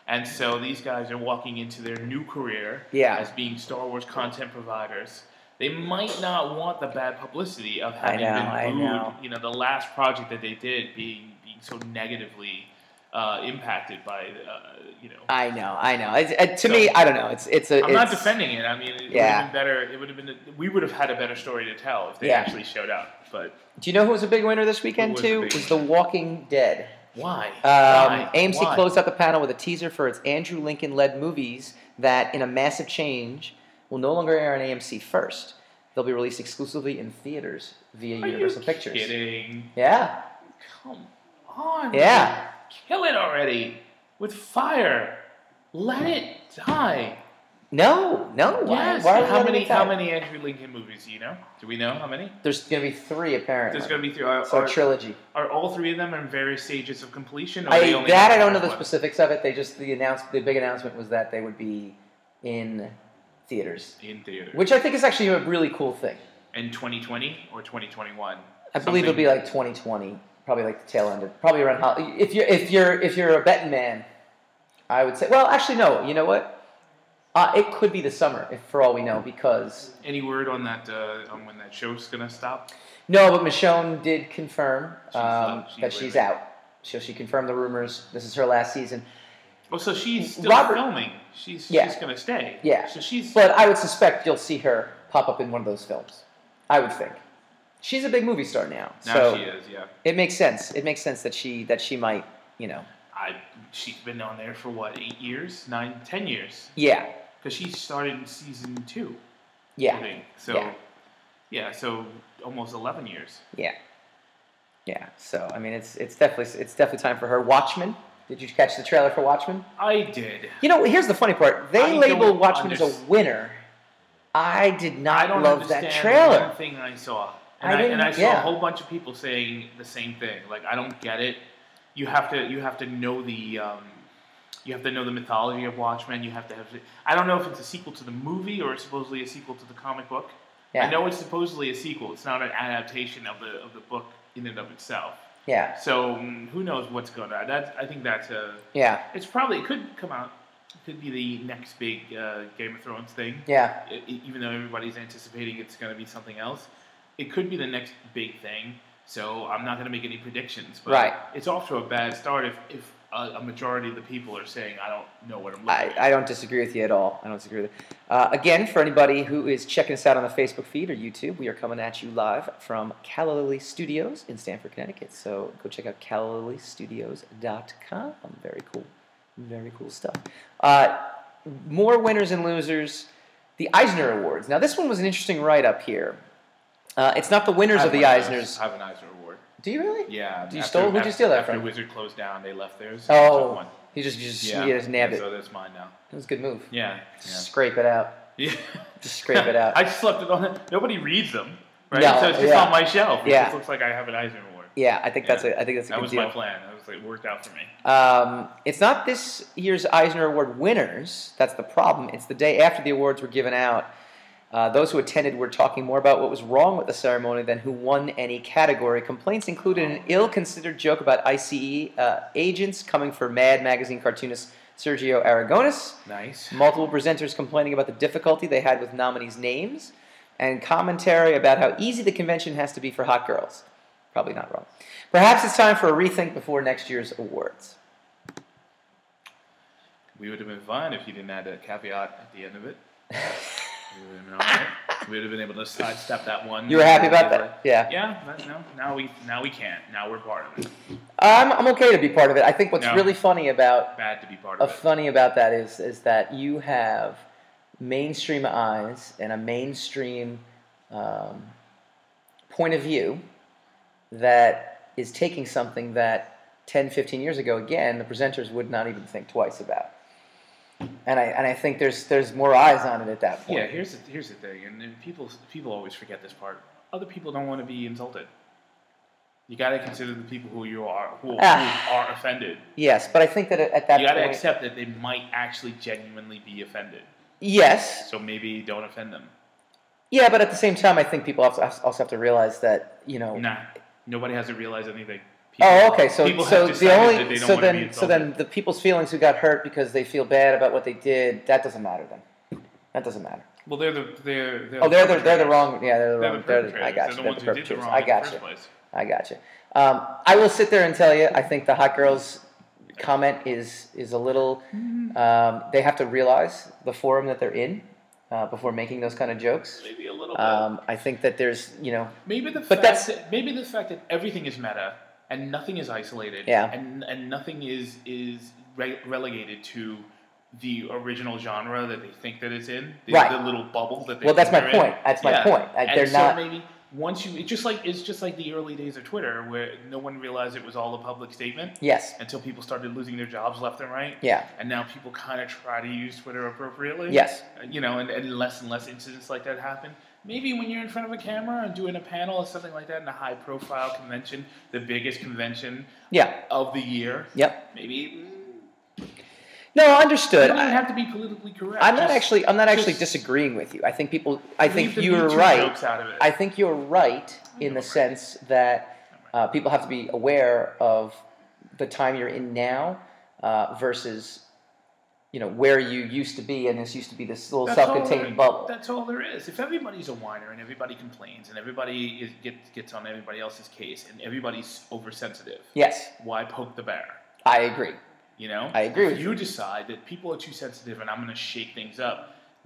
Speaker 2: And so these guys are walking into their new career
Speaker 1: Yeah.
Speaker 2: as being Star Wars content providers. They might not want the bad publicity of
Speaker 1: I
Speaker 2: having
Speaker 1: know, I
Speaker 2: been booed.
Speaker 1: know.
Speaker 2: You know, the last project that they did being being so negatively uh, impacted by, uh, you know.
Speaker 1: I know. I know. It's, uh, to
Speaker 2: So-
Speaker 1: me, I don't know. It's it's a.
Speaker 2: I'm not
Speaker 1: it's-
Speaker 2: defending it. I mean, it would
Speaker 1: Yeah.
Speaker 2: have been better. It would have been. We would have had a better story to tell if they
Speaker 1: Yeah.
Speaker 2: actually showed up. But
Speaker 1: Do you know who was a big winner this weekend
Speaker 2: was a
Speaker 1: too?
Speaker 2: big
Speaker 1: Was The Walking Dead.
Speaker 2: why?
Speaker 1: Um,
Speaker 2: Why?
Speaker 1: AMC
Speaker 2: Why?
Speaker 1: closed out the panel with a teaser for its Andrew Lincoln led movies that, in a massive change, will no longer air on AMC first. They'll be released exclusively in theaters via
Speaker 2: Are
Speaker 1: Universal
Speaker 2: you
Speaker 1: Pictures.
Speaker 2: Kidding?
Speaker 1: Yeah,
Speaker 2: Come on.
Speaker 1: Yeah.
Speaker 2: Kill it already with fire. Let it die.
Speaker 1: no, no. Why,
Speaker 2: yes.
Speaker 1: why are we
Speaker 2: how
Speaker 1: letting
Speaker 2: many?
Speaker 1: it die?
Speaker 2: How many Andrew Lincoln movies do you know? Do we know how many?
Speaker 1: There's gonna be three apparently.
Speaker 2: There's going to be three. Are,
Speaker 1: so a
Speaker 2: are,
Speaker 1: trilogy.
Speaker 2: are all three of them in various stages of completion? Or
Speaker 1: I,
Speaker 2: they only
Speaker 1: that I
Speaker 2: have
Speaker 1: don't know the
Speaker 2: one?
Speaker 1: specifics of it. They just the announce the big announcement was that they would be in theaters,
Speaker 2: in theater.
Speaker 1: which I think is actually a really cool thing.
Speaker 2: in 2020 or 2021?
Speaker 1: I believe it'll be like 2020, probably like the tail end of probably around. Hol- If you're if you're if you're a betting man, I would say. Well, actually, no. You know what? Uh, it could be the summer, if for all we know, because
Speaker 2: Any word on that? Uh, on when that show's gonna stop?
Speaker 1: no. But Michonne did confirm
Speaker 2: She's
Speaker 1: um,
Speaker 2: out. She's
Speaker 1: that she's
Speaker 2: leaving.
Speaker 1: out. So she confirmed the rumors. This is her last season.
Speaker 2: Oh, so she's still
Speaker 1: Robert-
Speaker 2: filming. She's
Speaker 1: Yeah.
Speaker 2: she's gonna stay.
Speaker 1: Yeah.
Speaker 2: So she's.
Speaker 1: But I would suspect you'll see her pop up in one of those films. I would think. She's a big movie star now,
Speaker 2: now
Speaker 1: so
Speaker 2: she is. Yeah.
Speaker 1: it makes sense. It makes sense that she that she might, you know,
Speaker 2: I she's been on there for what eight years, nine, ten years,
Speaker 1: yeah,
Speaker 2: because she started in season two. I
Speaker 1: yeah,
Speaker 2: think. So.
Speaker 1: Yeah.
Speaker 2: yeah, so almost eleven years.
Speaker 1: yeah, yeah. So I mean, it's it's definitely it's definitely time for her. Watchmen. Did you catch the trailer for Watchmen?
Speaker 2: I did.
Speaker 1: You know, here's the funny part. They
Speaker 2: I
Speaker 1: label
Speaker 2: don't
Speaker 1: Watchmen as a
Speaker 2: underst-
Speaker 1: winner. I did not
Speaker 2: I don't
Speaker 1: love
Speaker 2: understand
Speaker 1: that trailer.
Speaker 2: One thing I saw, and
Speaker 1: I
Speaker 2: I,
Speaker 1: didn't-
Speaker 2: and I saw
Speaker 1: yeah.
Speaker 2: a whole bunch of people saying the same thing. Like I don't get it. You have to you have to know the um, you have to know the mythology of Watchmen. You have to have. I don't know if it's a sequel to the movie or supposedly a sequel to the comic book.
Speaker 1: Yeah.
Speaker 2: I know it's supposedly a sequel. It's not an adaptation of the of the book in and of itself.
Speaker 1: Yeah,
Speaker 2: So mm, who knows what's going on? That I think that's a.
Speaker 1: yeah,
Speaker 2: It's probably it could come out. It could be the next big uh, Game of Thrones thing
Speaker 1: yeah,
Speaker 2: e- e- even though everybody's anticipating it's going to be something else, it could be the next big thing. So I'm not going to make any predictions. But
Speaker 1: Right.
Speaker 2: It's off to a bad start if, if a, a majority of the people are saying, I don't know what I'm looking
Speaker 1: I,
Speaker 2: at.
Speaker 1: I don't disagree with you at all. I don't disagree with you. Uh, again, for anybody who is checking us out on the Facebook feed or YouTube, we are coming at you live from Calla Studios in Stamford, Connecticut. So go check out CallaLilyStudios.com. Very cool. Very cool stuff. Uh, more winners and losers. The Eisner Awards. Now, this one was an interesting write up here. Uh, it's not the winners
Speaker 2: I
Speaker 1: of the
Speaker 2: have an
Speaker 1: Eisners.
Speaker 2: I have an Eisner award.
Speaker 1: Do you really?
Speaker 2: Yeah.
Speaker 1: Do you stole- who'd you steal that
Speaker 2: after
Speaker 1: from?
Speaker 2: Wizard closed down, they left theirs. and I took
Speaker 1: Oh,
Speaker 2: one.
Speaker 1: He just, just,
Speaker 2: Yeah.
Speaker 1: he just nabbed it.
Speaker 2: So that's mine now.
Speaker 1: It was a good move.
Speaker 2: Yeah.
Speaker 1: Scrape it out.
Speaker 2: Yeah.
Speaker 1: Just scrape
Speaker 2: <laughs>
Speaker 1: it out.
Speaker 2: I just left it on. it. Nobody reads them, right?
Speaker 1: No,
Speaker 2: so it's just
Speaker 1: yeah.
Speaker 2: on my shelf. It
Speaker 1: Yeah.
Speaker 2: just looks like I have an Eisner Award.
Speaker 1: Yeah, I think that's a, I think that's a
Speaker 2: That
Speaker 1: good
Speaker 2: was
Speaker 1: deal.
Speaker 2: my plan. That was like worked out for me.
Speaker 1: Um, it's not this year's Eisner Award winners. That's the problem. It's the day after the awards were given out. Uh, those who attended were talking more about what was wrong with the ceremony than who won any category. Complaints included
Speaker 2: Oh.
Speaker 1: an ill considered joke about ICE uh, agents coming for Mad magazine cartoonist Sergio Aragonis,
Speaker 2: Nice.
Speaker 1: multiple presenters complaining about the difficulty they had with nominees' names, and commentary about how easy the convention has to be for hot girls. Probably not wrong. Perhaps it's time for a rethink before next year's awards.
Speaker 2: We would have been fine if you didn't add that caveat at the end
Speaker 1: <laughs>
Speaker 2: of it. we would have been all right. We would have been able to sidestep that one.
Speaker 1: You were happy about that? Yeah.
Speaker 2: Yeah. but No. Now we now we can't. Now we're part of it.
Speaker 1: I'm, I'm okay to be part of it. I think what's
Speaker 2: No.
Speaker 1: really funny about
Speaker 2: Bad to be part
Speaker 1: uh,
Speaker 2: of it.
Speaker 1: funny about that is is that you have mainstream eyes and a mainstream um, point of view that is taking something that 10, 15 years ago, again, the presenters would not even think twice about. And I, and I think there's there's more eyes on it at that point.
Speaker 2: Yeah. Here's the, here's the thing, and, and people people always forget this part. Other people don't want to be insulted. You got to consider the people who you are who,
Speaker 1: Ah.
Speaker 2: who are offended.
Speaker 1: Yes, but I think that at at that
Speaker 2: You got to
Speaker 1: point,
Speaker 2: accept that they might actually genuinely be offended.
Speaker 1: yes,
Speaker 2: So maybe don't offend them.
Speaker 1: Yeah, but at the same time, I think people also also have to realize that you know.
Speaker 2: Nah. Nobody has to realize anything.
Speaker 1: Oh, okay. So
Speaker 2: people
Speaker 1: so
Speaker 2: have
Speaker 1: the
Speaker 2: decided that
Speaker 1: only
Speaker 2: they don't
Speaker 1: so
Speaker 2: wanna be
Speaker 1: then so then the people's feelings who got hurt because they feel bad about what they did that doesn't matter then. That doesn't matter.
Speaker 2: Well, they're the they're, they're
Speaker 1: Oh, they're the,
Speaker 2: the
Speaker 1: they're the wrong. Yeah, they're the
Speaker 2: They're
Speaker 1: wrong.
Speaker 2: the
Speaker 1: They're the, I
Speaker 2: perpetrators.
Speaker 1: got
Speaker 2: They're
Speaker 1: you.
Speaker 2: the
Speaker 1: They're
Speaker 2: ones
Speaker 1: the
Speaker 2: who did the
Speaker 1: perpetrators.
Speaker 2: wrong
Speaker 1: I
Speaker 2: in the
Speaker 1: got
Speaker 2: first
Speaker 1: you.
Speaker 2: place.
Speaker 1: I got you. Um, I will sit there and tell you. I think the hot girls comment is is a little. Um, they have to realize the forum that they're in uh, before making those kind of jokes.
Speaker 2: Maybe a little bit.
Speaker 1: Um, I think that there's you know
Speaker 2: maybe the
Speaker 1: but
Speaker 2: fact
Speaker 1: that's-
Speaker 2: that, maybe the fact that everything is meta and nothing is isolated.
Speaker 1: Yeah.
Speaker 2: And and nothing is is re- relegated to the original genre that they think that it's in. The,
Speaker 1: Right.
Speaker 2: The little bubble that they.
Speaker 1: Well, that's
Speaker 2: think
Speaker 1: my
Speaker 2: they're in.
Speaker 1: point. That's my
Speaker 2: Yeah.
Speaker 1: point. I-
Speaker 2: and
Speaker 1: they're
Speaker 2: so
Speaker 1: not-
Speaker 2: maybe once you it's just like it's just like the early days of Twitter where no one realized it was all a public statement
Speaker 1: yes
Speaker 2: until people started losing their jobs left and right.
Speaker 1: yeah
Speaker 2: And now people kind of try to use Twitter appropriately. Uh,
Speaker 1: yes
Speaker 2: you know, and, and less and less incidents like that happen. Maybe when you're in front of a camera and doing a panel or something like that in a high profile convention, the biggest convention
Speaker 1: yeah
Speaker 2: of the year,
Speaker 1: yep.
Speaker 2: maybe mm, you
Speaker 1: No, understood.
Speaker 2: don't even
Speaker 1: I,
Speaker 2: have to be politically correct.
Speaker 1: I'm not
Speaker 2: Just
Speaker 1: actually. I'm not actually
Speaker 2: just-
Speaker 1: disagreeing with you. I think people. I
Speaker 2: leave
Speaker 1: think
Speaker 2: the
Speaker 1: you were
Speaker 2: Me Too
Speaker 1: right.
Speaker 2: Jokes out of it.
Speaker 1: I think you're right in the sense that uh, people have to be aware of the time you're in now uh, versus, you know, where you used to be, and this used to be this little
Speaker 2: That's all
Speaker 1: self-contained
Speaker 2: there-
Speaker 1: bubble.
Speaker 2: That's all there is. If everybody's a whiner and everybody complains and everybody is, gets, gets on everybody else's case and everybody's oversensitive,
Speaker 1: yes,
Speaker 2: why poke the bear?
Speaker 1: I agree.
Speaker 2: You know,
Speaker 1: I agree
Speaker 2: If
Speaker 1: with
Speaker 2: you decide that people are too sensitive and I'm going to shake things up,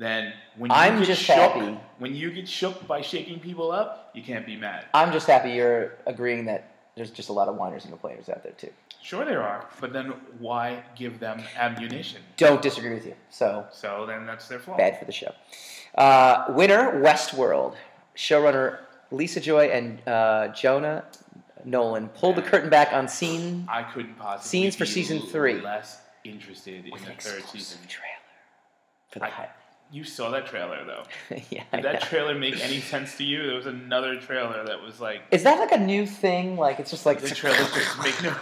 Speaker 2: then when you
Speaker 1: I'm
Speaker 2: get
Speaker 1: just
Speaker 2: shook,
Speaker 1: happy.
Speaker 2: when you get shook by shaking people up, you can't be mad.
Speaker 1: I'm just happy you're agreeing that there's just a lot of whiners and complainers out there too.
Speaker 2: Sure, there are, but then why give them ammunition?
Speaker 1: Don't disagree with you. So
Speaker 2: So then that's their fault.
Speaker 1: bad for the show. Uh, winner Westworld. Showrunner Lisa Joy and uh, Jonah Nolan pulled the curtain back on scene.
Speaker 2: I couldn't possibly
Speaker 1: Scenes for
Speaker 2: be
Speaker 1: season three.
Speaker 2: Less interested in the third season.
Speaker 1: trailer for the
Speaker 2: I- You saw that trailer though.
Speaker 1: hype. <laughs> yeah, <laughs> I
Speaker 2: Did that
Speaker 1: know.
Speaker 2: trailer make any sense to you? There was another trailer that was like
Speaker 1: Is that like a new thing? Like it's just like
Speaker 2: the
Speaker 1: <laughs>
Speaker 2: trailer just make no.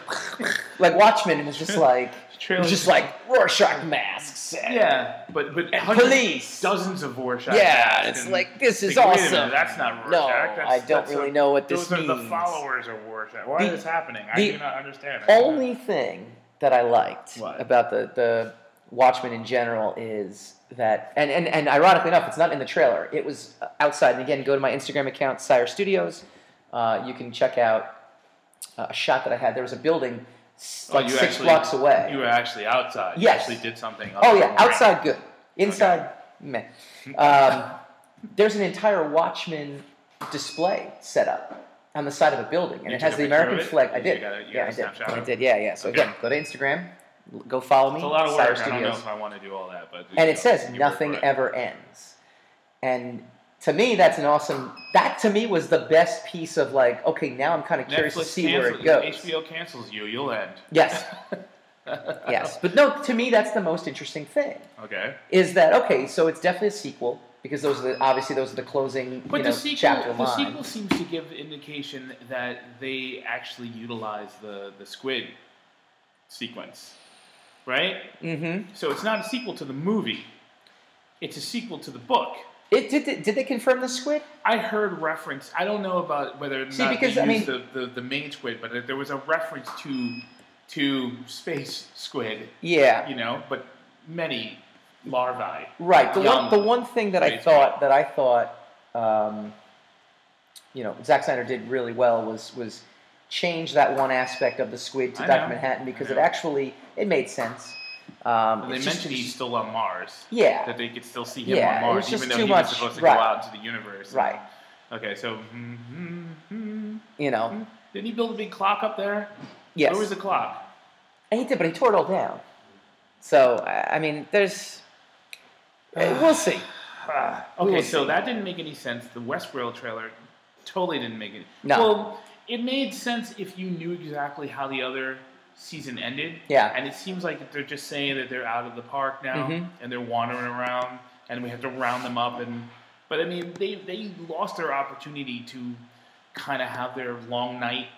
Speaker 1: like Watchmen was
Speaker 2: <laughs>
Speaker 1: just like
Speaker 2: trailer
Speaker 1: just like Rorschach masks. and-
Speaker 2: Yeah, but but
Speaker 1: And
Speaker 2: hundreds-
Speaker 1: police.
Speaker 2: dozens of Rorschach.
Speaker 1: Yeah,
Speaker 2: masks
Speaker 1: and it's
Speaker 2: and
Speaker 1: like this is
Speaker 2: think, wait a
Speaker 1: awesome.
Speaker 2: minute, that's not Rorschach.
Speaker 1: No,
Speaker 2: that's,
Speaker 1: I don't
Speaker 2: that's
Speaker 1: really
Speaker 2: a-
Speaker 1: know what this
Speaker 2: Those are the
Speaker 1: means.
Speaker 2: followers of Rorschach. Why
Speaker 1: The-
Speaker 2: is this happening? I
Speaker 1: the
Speaker 2: do not understand. I do not-
Speaker 1: only thing that I liked
Speaker 2: What?
Speaker 1: about the, the Watchmen in general is that, and, and, and ironically enough, it's not in the trailer. It was uh, outside. And again, go to my Instagram account, Sire Studios. Uh, you can check out uh, a shot that I had. There was a building s-
Speaker 2: Oh,
Speaker 1: like
Speaker 2: you
Speaker 1: six
Speaker 2: actually-
Speaker 1: blocks away.
Speaker 2: you were actually outside. You
Speaker 1: Yes.
Speaker 2: actually did something.
Speaker 1: Oh
Speaker 2: other
Speaker 1: yeah,
Speaker 2: than
Speaker 1: outside good, inside meh. Um, there's an entire Watchmen display set up on the side of a building, and
Speaker 2: You
Speaker 1: it has
Speaker 2: took a
Speaker 1: the
Speaker 2: picture of
Speaker 1: American
Speaker 2: it?
Speaker 1: flag. I
Speaker 2: You
Speaker 1: did.
Speaker 2: got a- you
Speaker 1: yeah, I
Speaker 2: got a
Speaker 1: did.
Speaker 2: snapshot of
Speaker 1: I
Speaker 2: it?
Speaker 1: did. Yeah, yeah. So again,
Speaker 2: Okay.
Speaker 1: go to Instagram, l- go follow me.
Speaker 2: It's a lot of
Speaker 1: Sire
Speaker 2: work. I don't know
Speaker 1: Studios.
Speaker 2: if I want to do all that, but
Speaker 1: And
Speaker 2: you
Speaker 1: it
Speaker 2: know,
Speaker 1: says
Speaker 2: you work
Speaker 1: nothing
Speaker 2: for it.
Speaker 1: ever ends, and to me, that's an awesome. That to me was the best piece of like, okay, now I'm kind of curious to
Speaker 2: Netflix
Speaker 1: see where it
Speaker 2: cancels-
Speaker 1: goes.
Speaker 2: <laughs> HBO cancels you. You'll end.
Speaker 1: Yes. yes, but no, to me that's the most interesting thing
Speaker 2: Okay.
Speaker 1: is that okay? So it's definitely a sequel because those are the, obviously those are the closing
Speaker 2: But
Speaker 1: you
Speaker 2: the
Speaker 1: know,
Speaker 2: sequel,
Speaker 1: chapter
Speaker 2: the
Speaker 1: line.
Speaker 2: sequel seems to give indication that they actually utilize the the squid sequence, right?
Speaker 1: Mm-hmm.
Speaker 2: So it's not a sequel to the movie; it's a sequel to the book.
Speaker 1: It did. They, did they confirm the squid?
Speaker 2: I heard reference. I don't know about whether or
Speaker 1: See,
Speaker 2: not
Speaker 1: because,
Speaker 2: they
Speaker 1: I
Speaker 2: used the, the the main squid, but there was a reference to to space squid,
Speaker 1: Yeah.
Speaker 2: you know, but many larvae.
Speaker 1: Right. The one,
Speaker 2: Young.
Speaker 1: the one thing that I
Speaker 2: Right.
Speaker 1: thought that I thought, um, you know, Zack Snyder did really well was was change that one aspect of the squid to
Speaker 2: I
Speaker 1: Doctor
Speaker 2: know.
Speaker 1: Manhattan because
Speaker 2: I
Speaker 1: it
Speaker 2: know.
Speaker 1: actually it made sense. Um,
Speaker 2: And they
Speaker 1: it's just-
Speaker 2: mentioned he's still on Mars.
Speaker 1: yeah,
Speaker 2: That they could still see him
Speaker 1: Yeah,
Speaker 2: on
Speaker 1: it was
Speaker 2: Mars,
Speaker 1: just
Speaker 2: even though
Speaker 1: too
Speaker 2: he
Speaker 1: much-
Speaker 2: was supposed to
Speaker 1: right.
Speaker 2: go out into the universe.
Speaker 1: right.
Speaker 2: Okay, so hmm, hmm, hmm.
Speaker 1: You know,
Speaker 2: didn't he build a big clock up there?
Speaker 1: yes,
Speaker 2: Where was the clock?
Speaker 1: and he did, but he tore it all down. So I I mean,
Speaker 2: <sighs>
Speaker 1: there's eh, we'll see.
Speaker 2: Ah,
Speaker 1: We
Speaker 2: okay,
Speaker 1: will
Speaker 2: so
Speaker 1: see.
Speaker 2: that didn't make any sense. The Westworld trailer totally didn't make any.
Speaker 1: No.
Speaker 2: Well, it made sense if you knew exactly how the other season ended.
Speaker 1: Yeah.
Speaker 2: And it seems like they're just saying that they're out of the park now
Speaker 1: Mhm.
Speaker 2: and they're wandering around, and we have to round them up. And but I mean, they they lost their opportunity to kind of have their long night,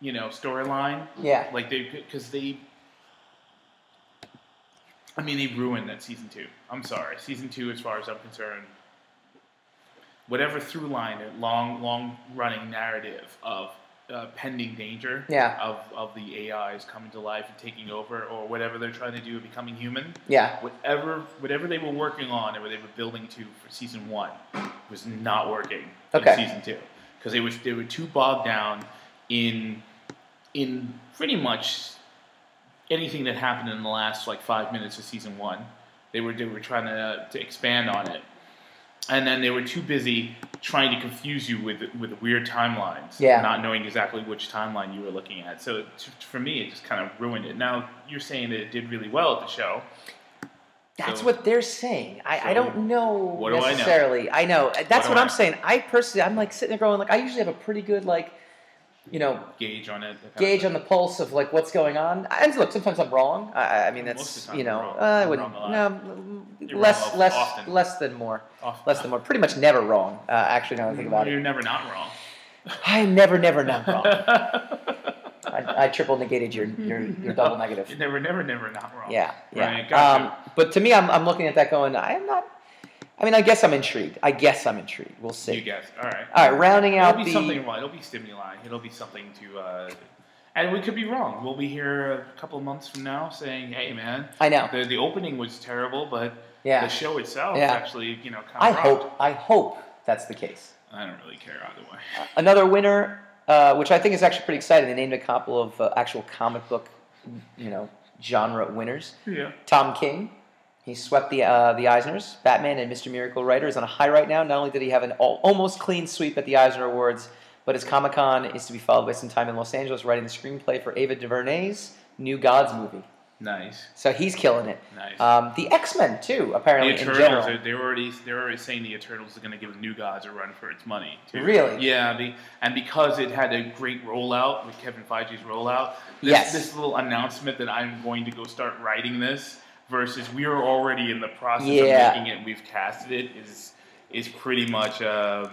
Speaker 2: you know, storyline.
Speaker 1: Yeah,
Speaker 2: Like they, because they, I mean, they ruined that season two. I'm sorry, season two, as far as I'm concerned, whatever through line, a long, long running narrative of uh, pending danger,
Speaker 1: Yeah.
Speaker 2: of of the AIs coming to life and taking over, or whatever they're trying to do, becoming human,
Speaker 1: yeah,
Speaker 2: whatever whatever they were working on or they were building to for season one was not working
Speaker 1: Okay.
Speaker 2: in season two because they were they were too bogged down in in pretty much anything that happened in the last like five minutes of season one. They were they were trying to to expand on it, and then they were too busy trying to confuse you with with weird timelines,
Speaker 1: Yeah.
Speaker 2: not knowing exactly which timeline you were looking at. So it- for me, it just kind of ruined it. Now you're saying that it did really well at the show.
Speaker 1: that's
Speaker 2: So-
Speaker 1: what they're saying. I, I
Speaker 2: so
Speaker 1: don't know
Speaker 2: what do I know?
Speaker 1: necessarily. I know, that's
Speaker 2: do
Speaker 1: what,
Speaker 2: I
Speaker 1: I'm
Speaker 2: know?
Speaker 1: saying. I personally, I'm like sitting there going, like I usually have a pretty good like, you know,
Speaker 2: gauge on it. that kind
Speaker 1: gauge
Speaker 2: of
Speaker 1: on the pulse of like what's going on. And look, sometimes I'm wrong. I- I, I mean,
Speaker 2: Most
Speaker 1: that's
Speaker 2: of the time
Speaker 1: you know,
Speaker 2: you're wrong.
Speaker 1: uh, I
Speaker 2: You're
Speaker 1: wouldn't.
Speaker 2: wrong a lot.
Speaker 1: No, m-
Speaker 2: You're
Speaker 1: less,
Speaker 2: wrong
Speaker 1: less,
Speaker 2: often.
Speaker 1: less than more.
Speaker 2: off-
Speaker 1: Less than more. Pretty much never wrong. Uh, actually, now that I think about
Speaker 2: Oh. You're
Speaker 1: it,
Speaker 2: never not wrong.
Speaker 1: I never, never not
Speaker 2: <laughs>
Speaker 1: wrong. I, I triple negated your your, your double
Speaker 2: <laughs>
Speaker 1: negative.
Speaker 2: You're never, never, never not wrong.
Speaker 1: Yeah, yeah.
Speaker 2: Right, gotcha.
Speaker 1: um, but to me, I'm, I'm looking at that going, I am not. I mean, I guess I'm intrigued. I guess I'm intrigued. We'll
Speaker 2: You
Speaker 1: see.
Speaker 2: guess. All right.
Speaker 1: All right, rounding
Speaker 2: It'll
Speaker 1: out
Speaker 2: be
Speaker 1: the.
Speaker 2: something wrong. It'll be stimuli. It'll be something to. Uh, and we could be wrong. We'll be here a couple of months from now saying, "Hey, man,
Speaker 1: I know.
Speaker 2: the, the opening was terrible, but
Speaker 1: Yeah.
Speaker 2: the show itself
Speaker 1: Yeah.
Speaker 2: actually, you know, kind of."
Speaker 1: I hope. I hope that's the case.
Speaker 2: I don't really care either way. <laughs>
Speaker 1: Another winner, uh, which I think is actually pretty exciting. They named a couple of uh, actual comic book, you know, genre winners.
Speaker 2: Yeah.
Speaker 1: Tom King, he swept the uh, the Eisners. Batman and Mr. Miracle writer is on a high right now. Not only did he have an al- almost clean sweep at the Eisner Awards, but his Comic Con is to be followed by some time in Los Angeles writing the screenplay for Ava DuVernay's New Gods movie.
Speaker 2: Nice.
Speaker 1: So he's killing it.
Speaker 2: Nice.
Speaker 1: Um, the X Men too,
Speaker 2: the
Speaker 1: apparently in
Speaker 2: Eternals,
Speaker 1: general.
Speaker 2: are, they're already they're already saying the Eternals are going to give New Gods a run for its money. Too.
Speaker 1: Really?
Speaker 2: Yeah, be, and because it had a great rollout with Kevin Feige's rollout, this,
Speaker 1: Yes.
Speaker 2: this little announcement that I'm going to go start writing this versus we are already in the process
Speaker 1: Yeah.
Speaker 2: of making it, we've casted it is is pretty much um,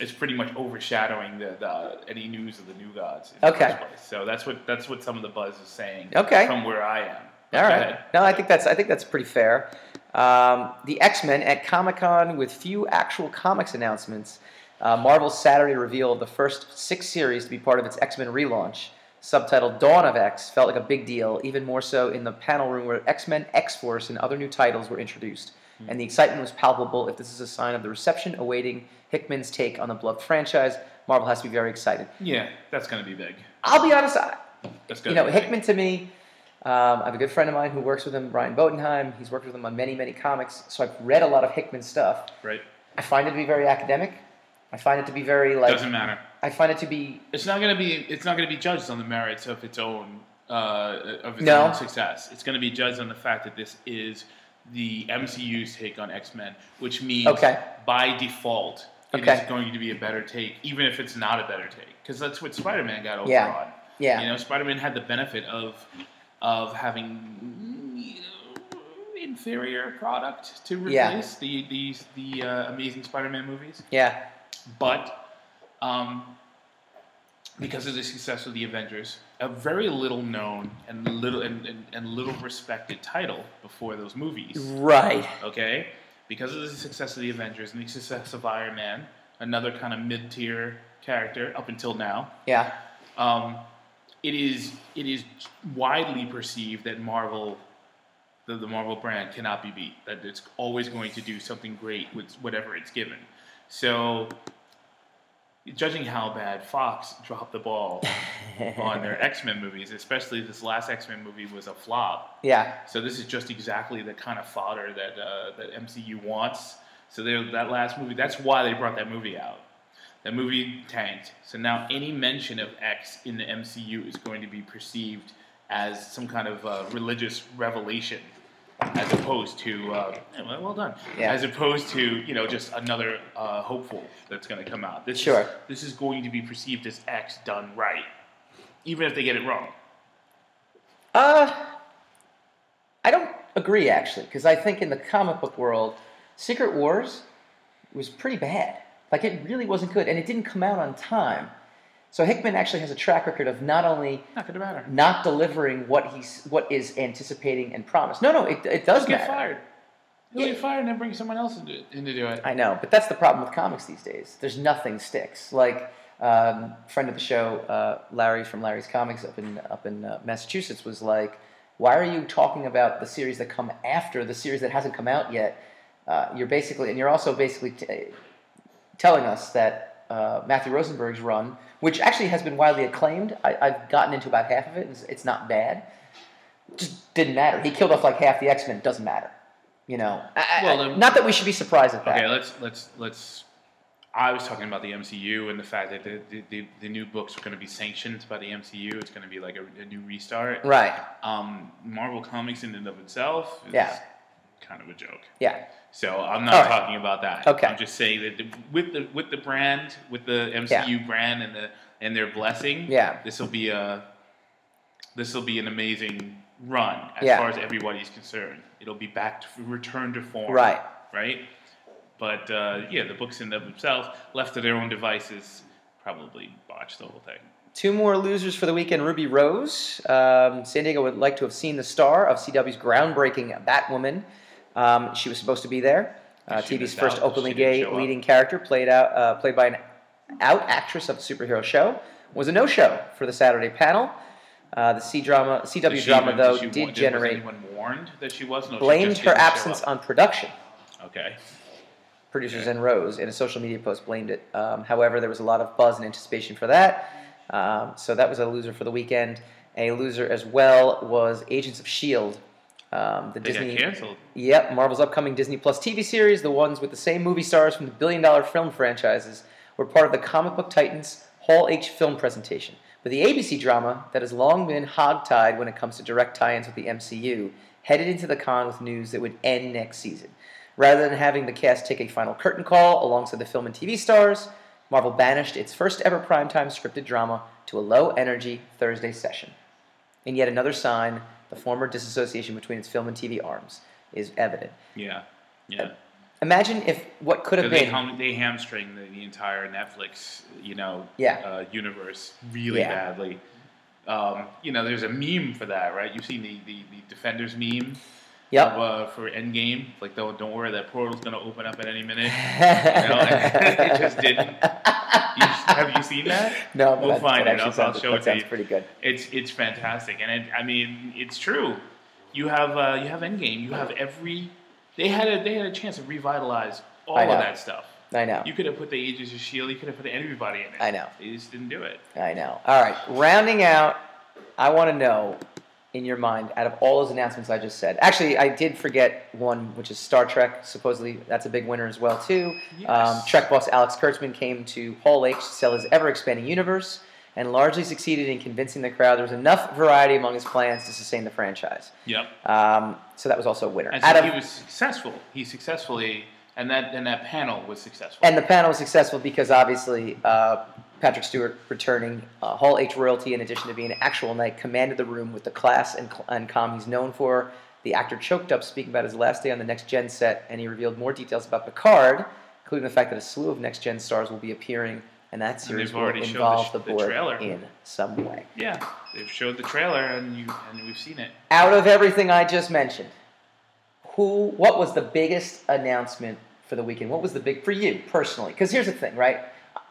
Speaker 2: it's pretty much overshadowing the, the any news of the New Gods. in the
Speaker 1: Okay.
Speaker 2: first place. So that's what that's what some of the buzz is saying.
Speaker 1: Okay.
Speaker 2: From where I am.
Speaker 1: All
Speaker 2: Go
Speaker 1: right.
Speaker 2: ahead.
Speaker 1: No, I think that's I think that's pretty fair. Um, the X Men at Comic Con with few actual comics announcements. Uh, Marvel's Saturday reveal of the first six series to be part of its X Men relaunch, subtitled Dawn of X, felt like a big deal, even more so in the panel room where X Men, X Force, and other new titles were introduced.
Speaker 2: Hmm.
Speaker 1: And the excitement was palpable. If this is a sign of the reception awaiting Hickman's take on the Blood franchise, Marvel has to be very excited.
Speaker 2: Yeah, that's going to be big.
Speaker 1: I'll be honest, I,
Speaker 2: That's
Speaker 1: you
Speaker 2: going
Speaker 1: know,
Speaker 2: to be big.
Speaker 1: Hickman to me, um, I have a good friend of mine who works with him, Brian Bodenheim. He's worked with him on many, many comics, so I've read a lot of Hickman stuff.
Speaker 2: Right.
Speaker 1: I find it to be very academic. I find it to be very like
Speaker 2: Doesn't matter.
Speaker 1: I find it to be
Speaker 2: It's not gonna be. It's not gonna be judged on the merits of its own uh, of its
Speaker 1: No.
Speaker 2: own success. It's gonna be judged on the fact that this is the MCU's take on X Men, which means
Speaker 1: Okay.
Speaker 2: by default it is
Speaker 1: Okay.
Speaker 2: going to be a better take, even if it's not a better take, because that's what Spider Man got over
Speaker 1: Yeah.
Speaker 2: on.
Speaker 1: yeah,
Speaker 2: You know, Spider Man had the benefit of of having you know, inferior product to replace
Speaker 1: Yeah.
Speaker 2: the the the uh, Amazing Spider-Man movies,
Speaker 1: Yeah.
Speaker 2: but um, because of the success of the Avengers, a very little known and little and, and, and little respected title before those movies.
Speaker 1: Right.
Speaker 2: Okay, because of the success of the Avengers and the success of Iron Man, another kind of mid-tier character up until now
Speaker 1: Yeah.
Speaker 2: um, it is it is widely perceived that Marvel, the, the Marvel brand, cannot be beat. That it's always going to do something great with whatever it's given. So, judging how bad Fox dropped the ball on their X Men movies, especially this last X Men movie was a flop.
Speaker 1: Yeah.
Speaker 2: So this is just exactly the kind of fodder that uh, that MCU wants. So they- that last movie, that's why they brought that movie out. That movie tanked. So now any mention of X in the MCU is going to be perceived as some kind of uh, religious revelation, as opposed to uh, yeah, well, well done,
Speaker 1: Yeah.
Speaker 2: as opposed to you know just another uh, hopeful that's going to come out. This
Speaker 1: Sure.
Speaker 2: is, this is going to be perceived as X done right, even if they get it wrong.
Speaker 1: Uh, I don't agree actually, because I think in the comic book world, Secret Wars was pretty bad. Like it really wasn't good, and it didn't come out on time. So Hickman actually has a track record of not only
Speaker 2: Not going to matter.
Speaker 1: not delivering what he's what is anticipating and promised. No, no, it, it does
Speaker 2: He'll get
Speaker 1: matter.
Speaker 2: fired. He'll
Speaker 1: Yeah.
Speaker 2: get fired and then bring someone else into in to do it.
Speaker 1: I know, but that's the problem with comics these days. There's nothing sticks. Like um, friend of the show, uh, Larry from Larry's Comics up in up in uh, Massachusetts was like, "Why are you talking about the series that come after the series that hasn't come out yet? Uh, you're basically and you're also basically t- telling us that uh, Matthew Rosenberg's run, which actually has been widely acclaimed, I, I've gotten into about half of it, and it's, it's not bad. Just didn't matter. He killed off like half the X Men. Doesn't matter." You know, I- I-
Speaker 2: Well, then-
Speaker 1: not that we should be surprised at that.
Speaker 2: Okay, let's let's let's. I was talking about the MCU and the fact that the the, the, the new books are going to be sanctioned by the MCU. It's going to be like a, a new restart.
Speaker 1: Right.
Speaker 2: Um, Marvel Comics in and of itself is
Speaker 1: Yeah.
Speaker 2: kind of a joke.
Speaker 1: Yeah.
Speaker 2: So I'm not
Speaker 1: All right.
Speaker 2: talking about that.
Speaker 1: Okay.
Speaker 2: I'm just saying that the, with the with the brand, with the MCU brand and the and their blessing,
Speaker 1: Yeah.
Speaker 2: this will be a this will be an amazing run as
Speaker 1: Yeah.
Speaker 2: far as everybody's concerned. It'll be back to return to form.
Speaker 1: Right.
Speaker 2: Right. But uh, yeah, the books in and of themselves, left to their own devices, probably botched the whole thing.
Speaker 1: Two more losers for the weekend. Ruby Rose. Um, San Diego would like to have seen the star of CW's groundbreaking Batwoman. Um, she was supposed to be there. Uh,
Speaker 2: She
Speaker 1: TV's
Speaker 2: missed
Speaker 1: first
Speaker 2: out.
Speaker 1: openly
Speaker 2: She didn't
Speaker 1: gay
Speaker 2: show up.
Speaker 1: leading character, played out uh, played by an out actress of a superhero show, was a no-show for the Saturday panel. Uh, the C drama, CW
Speaker 2: Did she
Speaker 1: drama,
Speaker 2: even-
Speaker 1: though,
Speaker 2: she
Speaker 1: did,
Speaker 2: warn-
Speaker 1: generate
Speaker 2: Was anyone warned that she was? No, she
Speaker 1: blamed
Speaker 2: just
Speaker 1: her
Speaker 2: didn't show
Speaker 1: absence
Speaker 2: up.
Speaker 1: on production.
Speaker 2: Okay.
Speaker 1: producers
Speaker 2: Okay.
Speaker 1: and Rose in a social media post blamed it. Um, however, there was a lot of buzz and anticipation for that. Um, so that was a loser for the weekend. A loser as well was Agents of Shield. E Um, the
Speaker 2: They
Speaker 1: Disney.
Speaker 2: got canceled.
Speaker 1: Yep, Marvel's upcoming Disney Plus TV series, the ones with the same movie stars from the billion dollar film franchises, were part of the Comic Book Titans Hall H film presentation. But the ABC drama that has long been hogtied when it comes to direct tie ins with the MCU headed into the con with news that would end next season. Rather than having the cast take a final curtain call alongside the film and TV stars, Marvel banished its first ever primetime scripted drama to a low energy Thursday session. In yet another sign, the former disassociation between its film and TV arms is evident.
Speaker 2: Yeah. Yeah.
Speaker 1: Imagine if what could have
Speaker 2: they,
Speaker 1: been.
Speaker 2: hum- they hamstring the, the entire Netflix, you know,
Speaker 1: Yeah.
Speaker 2: uh, universe really
Speaker 1: Yeah.
Speaker 2: badly. Um, you know, there's a meme for that, right? You've seen the, the, the Defenders meme of,
Speaker 1: <laughs> Yep.
Speaker 2: uh, for Endgame. Like, don't, don't worry, that portal's going to open up at
Speaker 1: <laughs>
Speaker 2: any minute. You know, and <laughs> it just didn't. You, have you seen that?
Speaker 1: No, but
Speaker 2: We'll
Speaker 1: that-
Speaker 2: find
Speaker 1: that
Speaker 2: it.
Speaker 1: actually
Speaker 2: I'll,
Speaker 1: sounds-
Speaker 2: I'll show
Speaker 1: that
Speaker 2: it to
Speaker 1: sounds
Speaker 2: you.
Speaker 1: pretty good.
Speaker 2: It's it's fantastic, and it, I mean it's true. You have uh, you have Endgame. You have every. They had a they had a chance to revitalize all
Speaker 1: I
Speaker 2: of
Speaker 1: know.
Speaker 2: that stuff.
Speaker 1: I know.
Speaker 2: You could have put the Aegis of Shield. E You could have put everybody in it.
Speaker 1: I know.
Speaker 2: They just didn't do it.
Speaker 1: I know. All right. Rounding out, I want to know in your mind, out of all those announcements I just said. Actually, I did forget one, which is Star Trek. Supposedly, that's a big winner as well too. Um,
Speaker 2: Yes.
Speaker 1: Trek boss Alex Kurtzman came to Hall H to sell his ever-expanding universe, and largely succeeded in convincing the crowd there was enough variety among his plans to sustain the franchise.
Speaker 2: Yep.
Speaker 1: Um, so that was also a winner.
Speaker 2: And
Speaker 1: Out
Speaker 2: so
Speaker 1: of-
Speaker 2: he was successful. He successfully, and that and that panel was successful.
Speaker 1: and the panel was successful because obviously uh, Patrick Stewart returning. Uh, Hall H royalty, in addition to being an actual knight, commanded the room with the class and, cl- and calm he's known for. The actor choked up speaking about his last day on the Next Gen set, and he revealed more details about Picard, including the fact that a slew of Next Gen stars will be appearing, and that series
Speaker 2: they've
Speaker 1: will
Speaker 2: already shown the
Speaker 1: involve
Speaker 2: sh-
Speaker 1: the,
Speaker 2: the
Speaker 1: board
Speaker 2: trailer.
Speaker 1: in some way.
Speaker 2: Yeah, they've showed the trailer and you and we've seen it.
Speaker 1: Out of everything I just mentioned, who? What was the biggest announcement for the weekend? What was the big for you personally? Because here's the thing, right?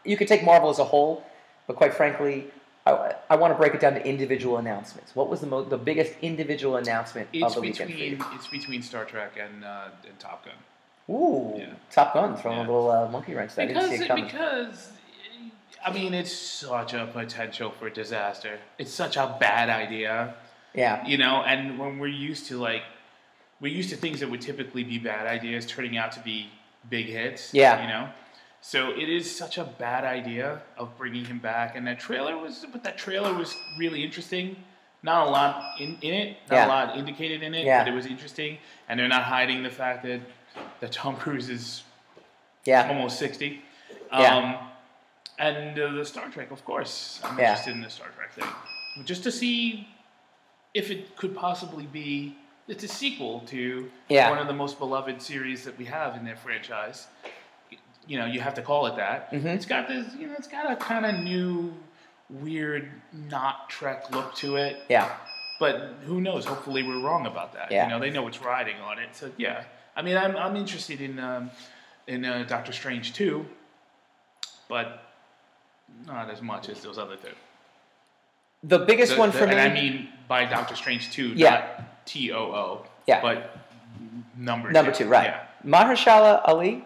Speaker 1: You could take Marvel as a whole, but quite frankly. I, I want to break it down to individual announcements. What was the mo- the biggest individual announcement of
Speaker 2: It's
Speaker 1: the weekend for you?
Speaker 2: between it's between Star Trek and uh, and Top Gun.
Speaker 1: Ooh,
Speaker 2: Yeah.
Speaker 1: Top Gun throwing a
Speaker 2: Yeah.
Speaker 1: little uh, monkey wrench. There. I
Speaker 2: Because
Speaker 1: didn't see it
Speaker 2: it,
Speaker 1: coming.
Speaker 2: because I mean it's such a potential for disaster. It's such a bad idea.
Speaker 1: yeah,
Speaker 2: you know and when we're used to like we're used to things that would typically be bad ideas turning out to be big hits
Speaker 1: Yeah.
Speaker 2: you know so it is such a bad idea of bringing him back and that trailer was but that trailer was really interesting not a lot in, in it not
Speaker 1: Yeah.
Speaker 2: a lot indicated in it
Speaker 1: Yeah.
Speaker 2: but it was interesting and they're not hiding the fact that that tom cruise is
Speaker 1: yeah,
Speaker 2: almost 60 um,
Speaker 1: Yeah.
Speaker 2: and uh, the star trek of course i'm
Speaker 1: Yeah.
Speaker 2: interested in the star trek thing just to see if it could possibly be it's a sequel to
Speaker 1: Yeah.
Speaker 2: one of the most beloved series that we have in their franchise you know you have to call it that
Speaker 1: Mhm.
Speaker 2: it's got this you know it's got a kind of new weird not trek look to it
Speaker 1: yeah,
Speaker 2: but who knows? Hopefully, we're wrong about that.
Speaker 1: Yeah.
Speaker 2: You know, they know what's riding on it. So yeah, I mean, I'm I'm interested in um, in uh, Doctor Strange too, but not as much as those other two.
Speaker 1: The biggest
Speaker 2: The-
Speaker 1: one
Speaker 2: the-
Speaker 1: for
Speaker 2: and
Speaker 1: me.
Speaker 2: I mean by Doctor Strange two,
Speaker 1: Yeah.
Speaker 2: not T O O.
Speaker 1: Yeah.
Speaker 2: But number
Speaker 1: Number
Speaker 2: two,
Speaker 1: two, right.
Speaker 2: Yeah.
Speaker 1: Mahershala Ali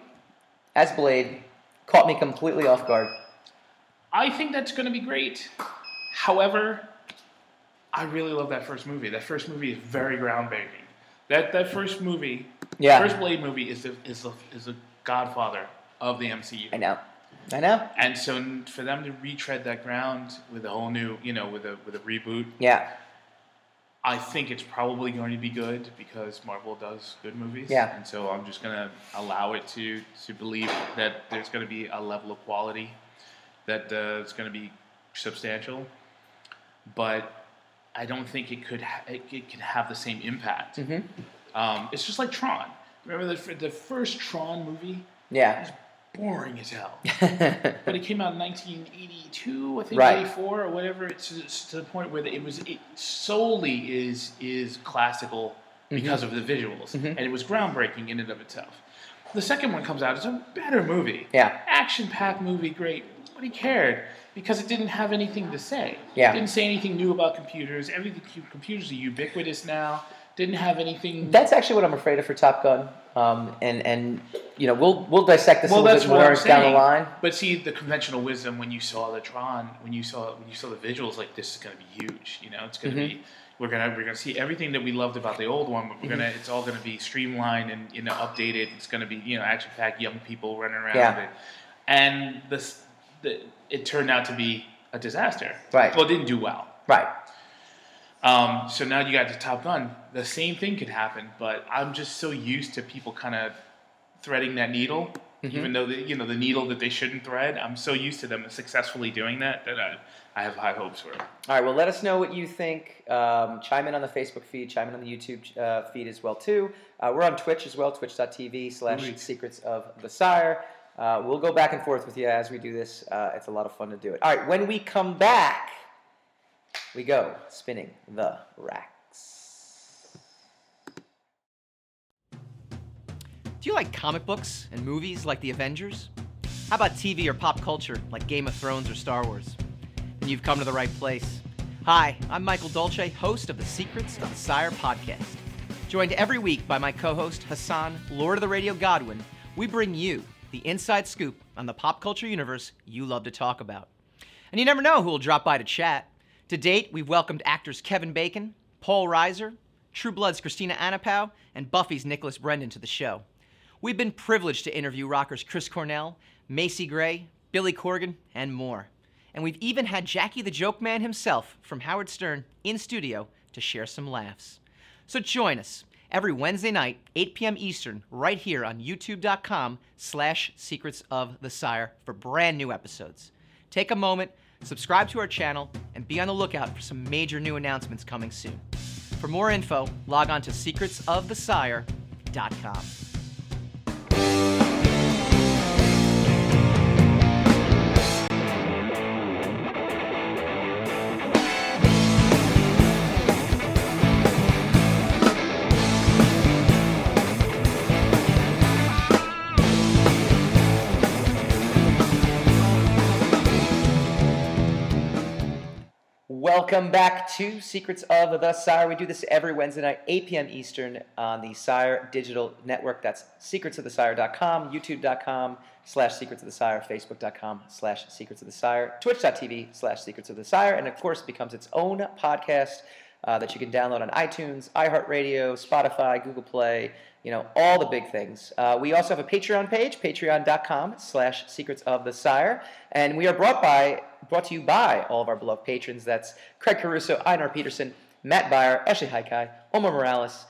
Speaker 1: as Blade caught me completely off guard.
Speaker 2: I think that's going to be great. However, I really love that first movie. That first movie is very groundbreaking. That that first movie,
Speaker 1: Yeah.
Speaker 2: first Blade movie is the is the is the godfather of the MCU.
Speaker 1: I know. I know.
Speaker 2: And so n- for them to retread that ground with a whole new, you know, with a with a reboot,
Speaker 1: Yeah.
Speaker 2: I think it's probably going to be good because Marvel does good movies.
Speaker 1: Yeah.
Speaker 2: And so I'm just gonna allow it to to believe that there's gonna be a level of quality that uh, is gonna be substantial, but I don't think it could ha- it, it can have the same impact.
Speaker 1: Mhm.
Speaker 2: Um, it's just like Tron. Remember the fir- the first Tron movie?
Speaker 1: Yeah.
Speaker 2: Boring as hell.
Speaker 1: yeah.
Speaker 2: <laughs> But it came out in 1982, I think,
Speaker 1: Right.
Speaker 2: 84 or whatever. It's, it's to the point where it was it solely is is classical because of the visuals, and it was groundbreaking in and of itself. The second one comes out; it's a better movie, action-packed movie, great. Nobody cared because it didn't have anything to say.
Speaker 1: Yeah.
Speaker 2: It didn't say anything new about computers. Everything computers are ubiquitous now. Didn't have anything.
Speaker 1: That's actually what I'm afraid of for Top Gun. Um, and and you know we'll we'll dissect this a little bit more
Speaker 2: what I'm
Speaker 1: down the
Speaker 2: saying.
Speaker 1: line.
Speaker 2: But see, the conventional wisdom when you saw the Tron, when you saw when you saw the visuals, like this is going to be huge. You know, it's going to
Speaker 1: Mm-hmm.
Speaker 2: be we're going to we're going to see everything that we loved about the old one, but we're
Speaker 1: Mm-hmm.
Speaker 2: going to it's all going to be streamlined and you know updated. It's going to be you know action packed, young people running around.
Speaker 1: Yeah.
Speaker 2: And, and this the, it turned out to be a disaster.
Speaker 1: Right.
Speaker 2: Well, it didn't do well.
Speaker 1: Right.
Speaker 2: Um, so now you got the Top Gun. The same thing could happen, but I'm just so used to people kind of threading that needle,
Speaker 1: Mm-hmm.
Speaker 2: even though the, you know the needle that they shouldn't thread. I'm so used to them successfully doing that that I, I have high hopes for it.
Speaker 1: All right. Well, let us know what you think. Um, chime in on the Facebook feed. Chime in on the YouTube uh, feed as well too. Uh, we're on Twitch as well. Twitch.tv slash
Speaker 2: Great.
Speaker 1: Secrets of the Sire. Uh, we'll go back and forth with you as we do this. Uh, it's a lot of fun to do it. All right. When we come back, we go spinning the racks. Do you like comic books and movies like The Avengers? How about TV or pop culture like Game of Thrones or Star Wars? Then you've come to the right place. Hi, I'm Michael Dolce, host of the Secrets of the Sire podcast. Joined every week by my co host Hassan, Lord of the Radio Godwin, we bring you the inside scoop on the pop culture universe you love to talk about. And you never know who will drop by to chat. To date, we've welcomed actors Kevin Bacon, Paul Reiser, True Blood's Christina Anapow, and Buffy's Nicholas Brendan to the show. We've been privileged to interview rockers Chris Cornell, Macy Gray, Billy Corgan, and more. And we've even had Jackie the Joke Man himself from Howard Stern in studio to share some laughs. So join us every Wednesday night, 8 p.m. Eastern, right here on youtube.com slash secrets of the sire for brand new episodes. Take a moment, subscribe to our channel, and be on the lookout for some major new announcements coming soon. For more info, log on to secretsofthesire.com. Welcome back to Secrets of the Sire. We do this every Wednesday night, 8 p.m. Eastern, on the Sire Digital Network. That's secretsofthesire.com, youtube.com slash secrets of the sire, facebook.com slash secrets of the sire, twitch.tv slash secrets of the sire, and of course becomes its own podcast uh, that you can download on iTunes, iHeartRadio, Spotify, Google Play, you know, all the big things. Uh, we also have a Patreon page, patreon.com slash secrets of the sire, and we are brought by, brought to you by all of our beloved patrons. That's Craig Caruso, Einar Peterson, Matt Byer, Ashley Haikai, Omar Morales,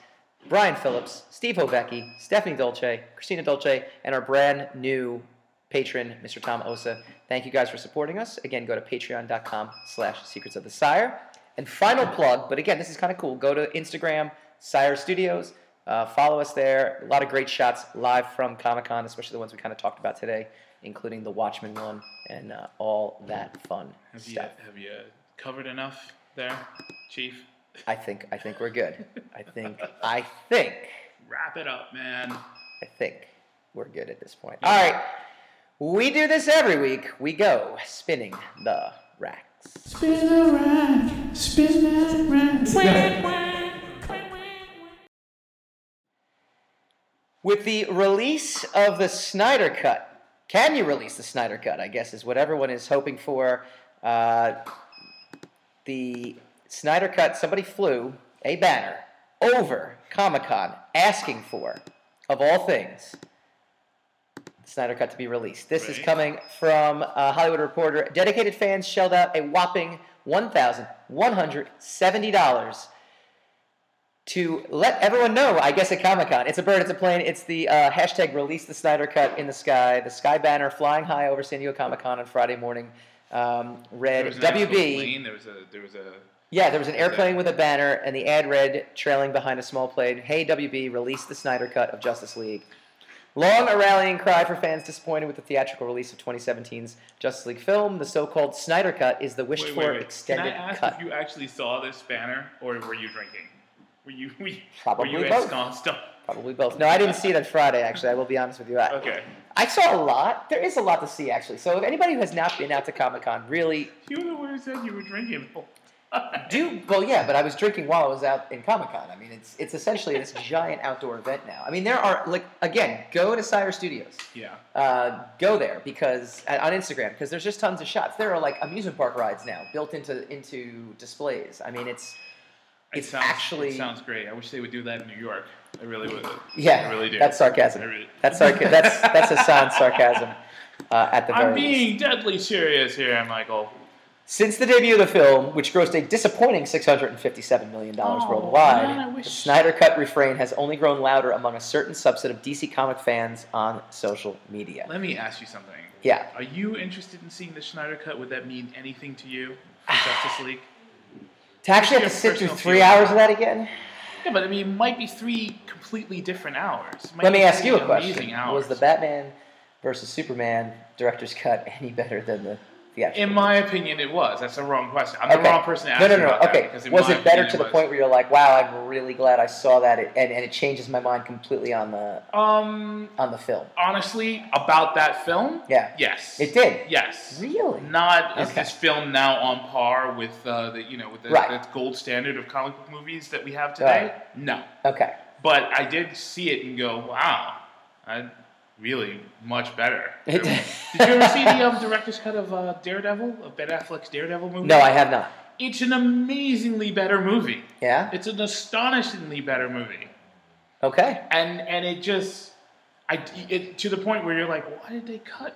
Speaker 1: Brian Phillips, Steve Hovecki, Stephanie Dolce, Christina Dolce, and our brand new patron, Mr. Tom Osa. Thank you guys for supporting us. Again, go to patreon.com slash secrets of the sire. And final plug, but again, this is kind of cool. Go to Instagram, Sire Studios. Uh, follow us there. A lot of great shots live from Comic Con, especially the ones we kind of talked about today, including the Watchmen one and uh, all that fun
Speaker 2: Have you,
Speaker 1: stuff.
Speaker 2: have you covered enough there, Chief?
Speaker 1: I think I think we're good. I think I think
Speaker 2: Wrap it up, man.
Speaker 1: I think we're good at this point. All right. We do this every week. We go spinning the racks.
Speaker 3: Spin around, spin that round.
Speaker 1: With the release of the Snyder Cut, can you release the Snyder Cut? I guess is what everyone is hoping for. Uh, the Snyder Cut, somebody flew a banner over Comic Con asking for, of all things, the Snyder Cut to be released. This is
Speaker 2: Right.
Speaker 1: coming from uh, Hollywood Reporter. Dedicated fans shelled out a whopping $1,170 to let everyone know, I guess, at Comic Con. It's a bird, it's a plane, it's the uh, hashtag release the Snyder Cut in the sky. The sky banner flying high over San Diego Comic Con on Friday morning. Um,
Speaker 2: There
Speaker 1: read
Speaker 2: was an actual
Speaker 1: WB.
Speaker 2: plane, There was a. There was a.
Speaker 1: Yeah, there was an airplane with a banner, and the ad read, trailing behind a small plane, Hey WB, release the Snyder Cut of Justice League. Long a rallying cry for fans disappointed with the theatrical release of 2017's Justice League film, the so called Snyder Cut is the wished
Speaker 2: Wait,
Speaker 1: for
Speaker 2: wait, wait.
Speaker 1: extended
Speaker 2: Can I ask
Speaker 1: cut.
Speaker 2: if you actually saw this banner, or were you drinking? Were you? Were you
Speaker 1: Probably
Speaker 2: were you
Speaker 1: both.
Speaker 2: ensconced <laughs> on-
Speaker 1: Probably both. No, I didn't see it on Friday, actually. I will be honest with you. I,
Speaker 2: Okay.
Speaker 1: I saw a lot. There is a lot to see, actually. So if anybody who has not been out to Comic Con, really
Speaker 2: You were the one who said you were drinking.
Speaker 1: Oh.
Speaker 2: the whole time.
Speaker 1: do well yeah but i was drinking while i was out in comic-con i mean it's it's essentially this giant outdoor event now i mean there are like again go to sire studios
Speaker 2: Yeah.
Speaker 1: uh, go there because uh, on instagram because there's just tons of shots there are like amusement park rides now built into into displays i mean it's
Speaker 2: It
Speaker 1: It's
Speaker 2: sounds,
Speaker 1: actually-
Speaker 2: It sounds great. I wish they would do that in New York. I really would.
Speaker 1: yeah
Speaker 2: I really do.
Speaker 1: that's
Speaker 2: I
Speaker 1: sarcasm
Speaker 2: really-
Speaker 1: <laughs> that's sarca- that's that's a sound sarcasm uh, at the very
Speaker 2: <laughs> I'm
Speaker 1: least.
Speaker 2: being deadly serious here, Michael.
Speaker 1: Since the debut of the film, which grossed a disappointing $657 million
Speaker 2: Oh,
Speaker 1: worldwide,
Speaker 2: man, I wish-
Speaker 1: the Snyder Cut refrain has only grown louder among a certain subset of DC comic fans on social media.
Speaker 2: Let me ask you something.
Speaker 1: Yeah.
Speaker 2: Are you interested in seeing the Schneider cut? Would that mean anything to you
Speaker 1: <sighs>
Speaker 2: for Justice League?
Speaker 1: To actually have to
Speaker 2: Your
Speaker 1: sit through
Speaker 2: personal
Speaker 1: three
Speaker 2: feeling.
Speaker 1: hours of that again?
Speaker 2: Yeah, but I mean, it might be three completely different hours. It might
Speaker 1: Let me
Speaker 2: be
Speaker 1: ask you
Speaker 2: three
Speaker 1: a
Speaker 2: amazing
Speaker 1: question.
Speaker 2: Hours.
Speaker 1: Was the Batman versus Superman director's cut any better than the theatrical?
Speaker 2: in my opinion, it was. That's the wrong question. I'm
Speaker 1: Okay.
Speaker 2: the wrong person to ask
Speaker 1: No, no,
Speaker 2: you
Speaker 1: no.
Speaker 2: about that,
Speaker 1: Okay.
Speaker 2: because in
Speaker 1: was
Speaker 2: my
Speaker 1: it better
Speaker 2: opinion,
Speaker 1: to the
Speaker 2: was.
Speaker 1: point where you're like, wow, I'm really glad I saw that, it, and, and it changes my mind completely on the,
Speaker 2: Um,
Speaker 1: on the film?
Speaker 2: honestly, about that film,
Speaker 1: Yeah.
Speaker 2: yes,
Speaker 1: It did.
Speaker 2: Yes.
Speaker 1: Really?
Speaker 2: Not is
Speaker 1: Okay.
Speaker 2: this film now on par with uh, the you know with the,
Speaker 1: Right.
Speaker 2: the gold standard of comic book movies that we have today? No,
Speaker 1: Okay.
Speaker 2: but I did see it and go, wow, I really much better.
Speaker 1: It-
Speaker 2: did you ever see the um, director's cut of uh, Daredevil, of Ben Affleck's Daredevil
Speaker 1: <laughs>
Speaker 2: movie?
Speaker 1: No, I have not.
Speaker 2: It's an amazingly better movie.
Speaker 1: Yeah?
Speaker 2: It's an astonishingly better movie,
Speaker 1: Okay.
Speaker 2: and and it just, I it, to the point where you're like, why did they cut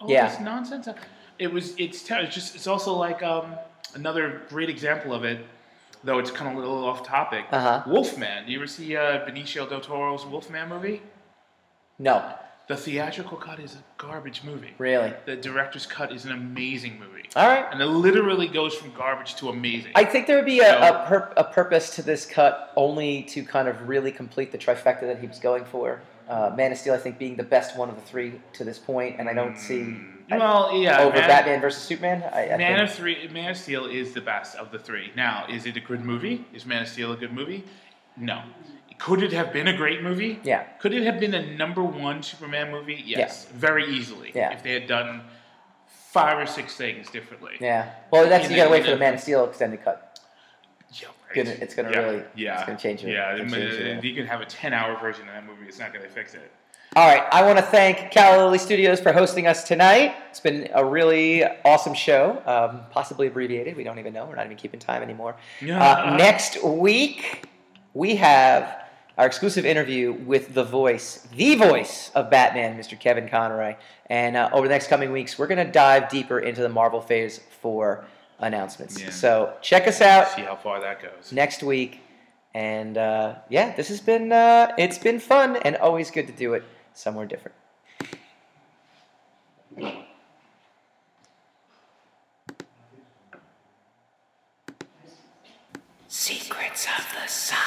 Speaker 2: all
Speaker 1: Yeah.
Speaker 2: this nonsense? out?" It was it's ter- it's just it's also like um, another great example of it, though it's kind of a little off topic.
Speaker 1: Uh-huh.
Speaker 2: Wolfman. You ever see uh, Benicio del Toro's Wolfman movie?
Speaker 1: No.
Speaker 2: The theatrical cut is a garbage movie.
Speaker 1: Really?
Speaker 2: The director's cut is an amazing movie.
Speaker 1: All right.
Speaker 2: And it literally goes from garbage to amazing.
Speaker 1: I think there would be a,
Speaker 2: No.
Speaker 1: a, pur- a purpose to this cut only to kind of really complete the trifecta that he was going for. Uh, Man of Steel, I think, being the best one of the three to this point, and I don't see I-
Speaker 2: well, yeah,
Speaker 1: over
Speaker 2: Mm. Man,
Speaker 1: Oh, Batman versus Superman. I, I
Speaker 2: Man
Speaker 1: think,
Speaker 2: of Three, Man of Steel is the best of the three. Now, is it a good movie? Is Man of Steel a good movie? No. Could it have been a great movie?
Speaker 1: yeah,
Speaker 2: Could it have been a number one Superman movie? Yes, very easily.
Speaker 1: Yeah.
Speaker 2: If they had done five or six things differently.
Speaker 1: yeah. Well, that's
Speaker 2: Yeah,
Speaker 1: you gotta wait for the
Speaker 2: yeah.
Speaker 1: Man of Steel extended cut.
Speaker 2: Yeah,
Speaker 1: Gonna- it's gonna
Speaker 2: yeah.
Speaker 1: really-
Speaker 2: yeah.
Speaker 1: it's gonna change it.
Speaker 2: Yeah,
Speaker 1: It's gonna
Speaker 2: it-
Speaker 1: change it,
Speaker 2: it- you can have a ten-hour version of that movie. It's not going to fix it.
Speaker 1: All right, I want to thank Callowly Studios for hosting us tonight. It's been a really awesome show, um, possibly abbreviated. We don't even know. We're not even keeping time anymore. Uh, next week, we have our exclusive interview with the voice, the voice of Batman, Mr. Kevin Conroy. And uh, over the next coming weeks, we're going to dive deeper into the Marvel Phase 4 announcements.
Speaker 2: Yeah.
Speaker 1: So check us out
Speaker 2: See how far that goes.
Speaker 1: next week. And uh, yeah, this has been uh, it's been fun and always good to do it somewhere different. Secrets of the Sire.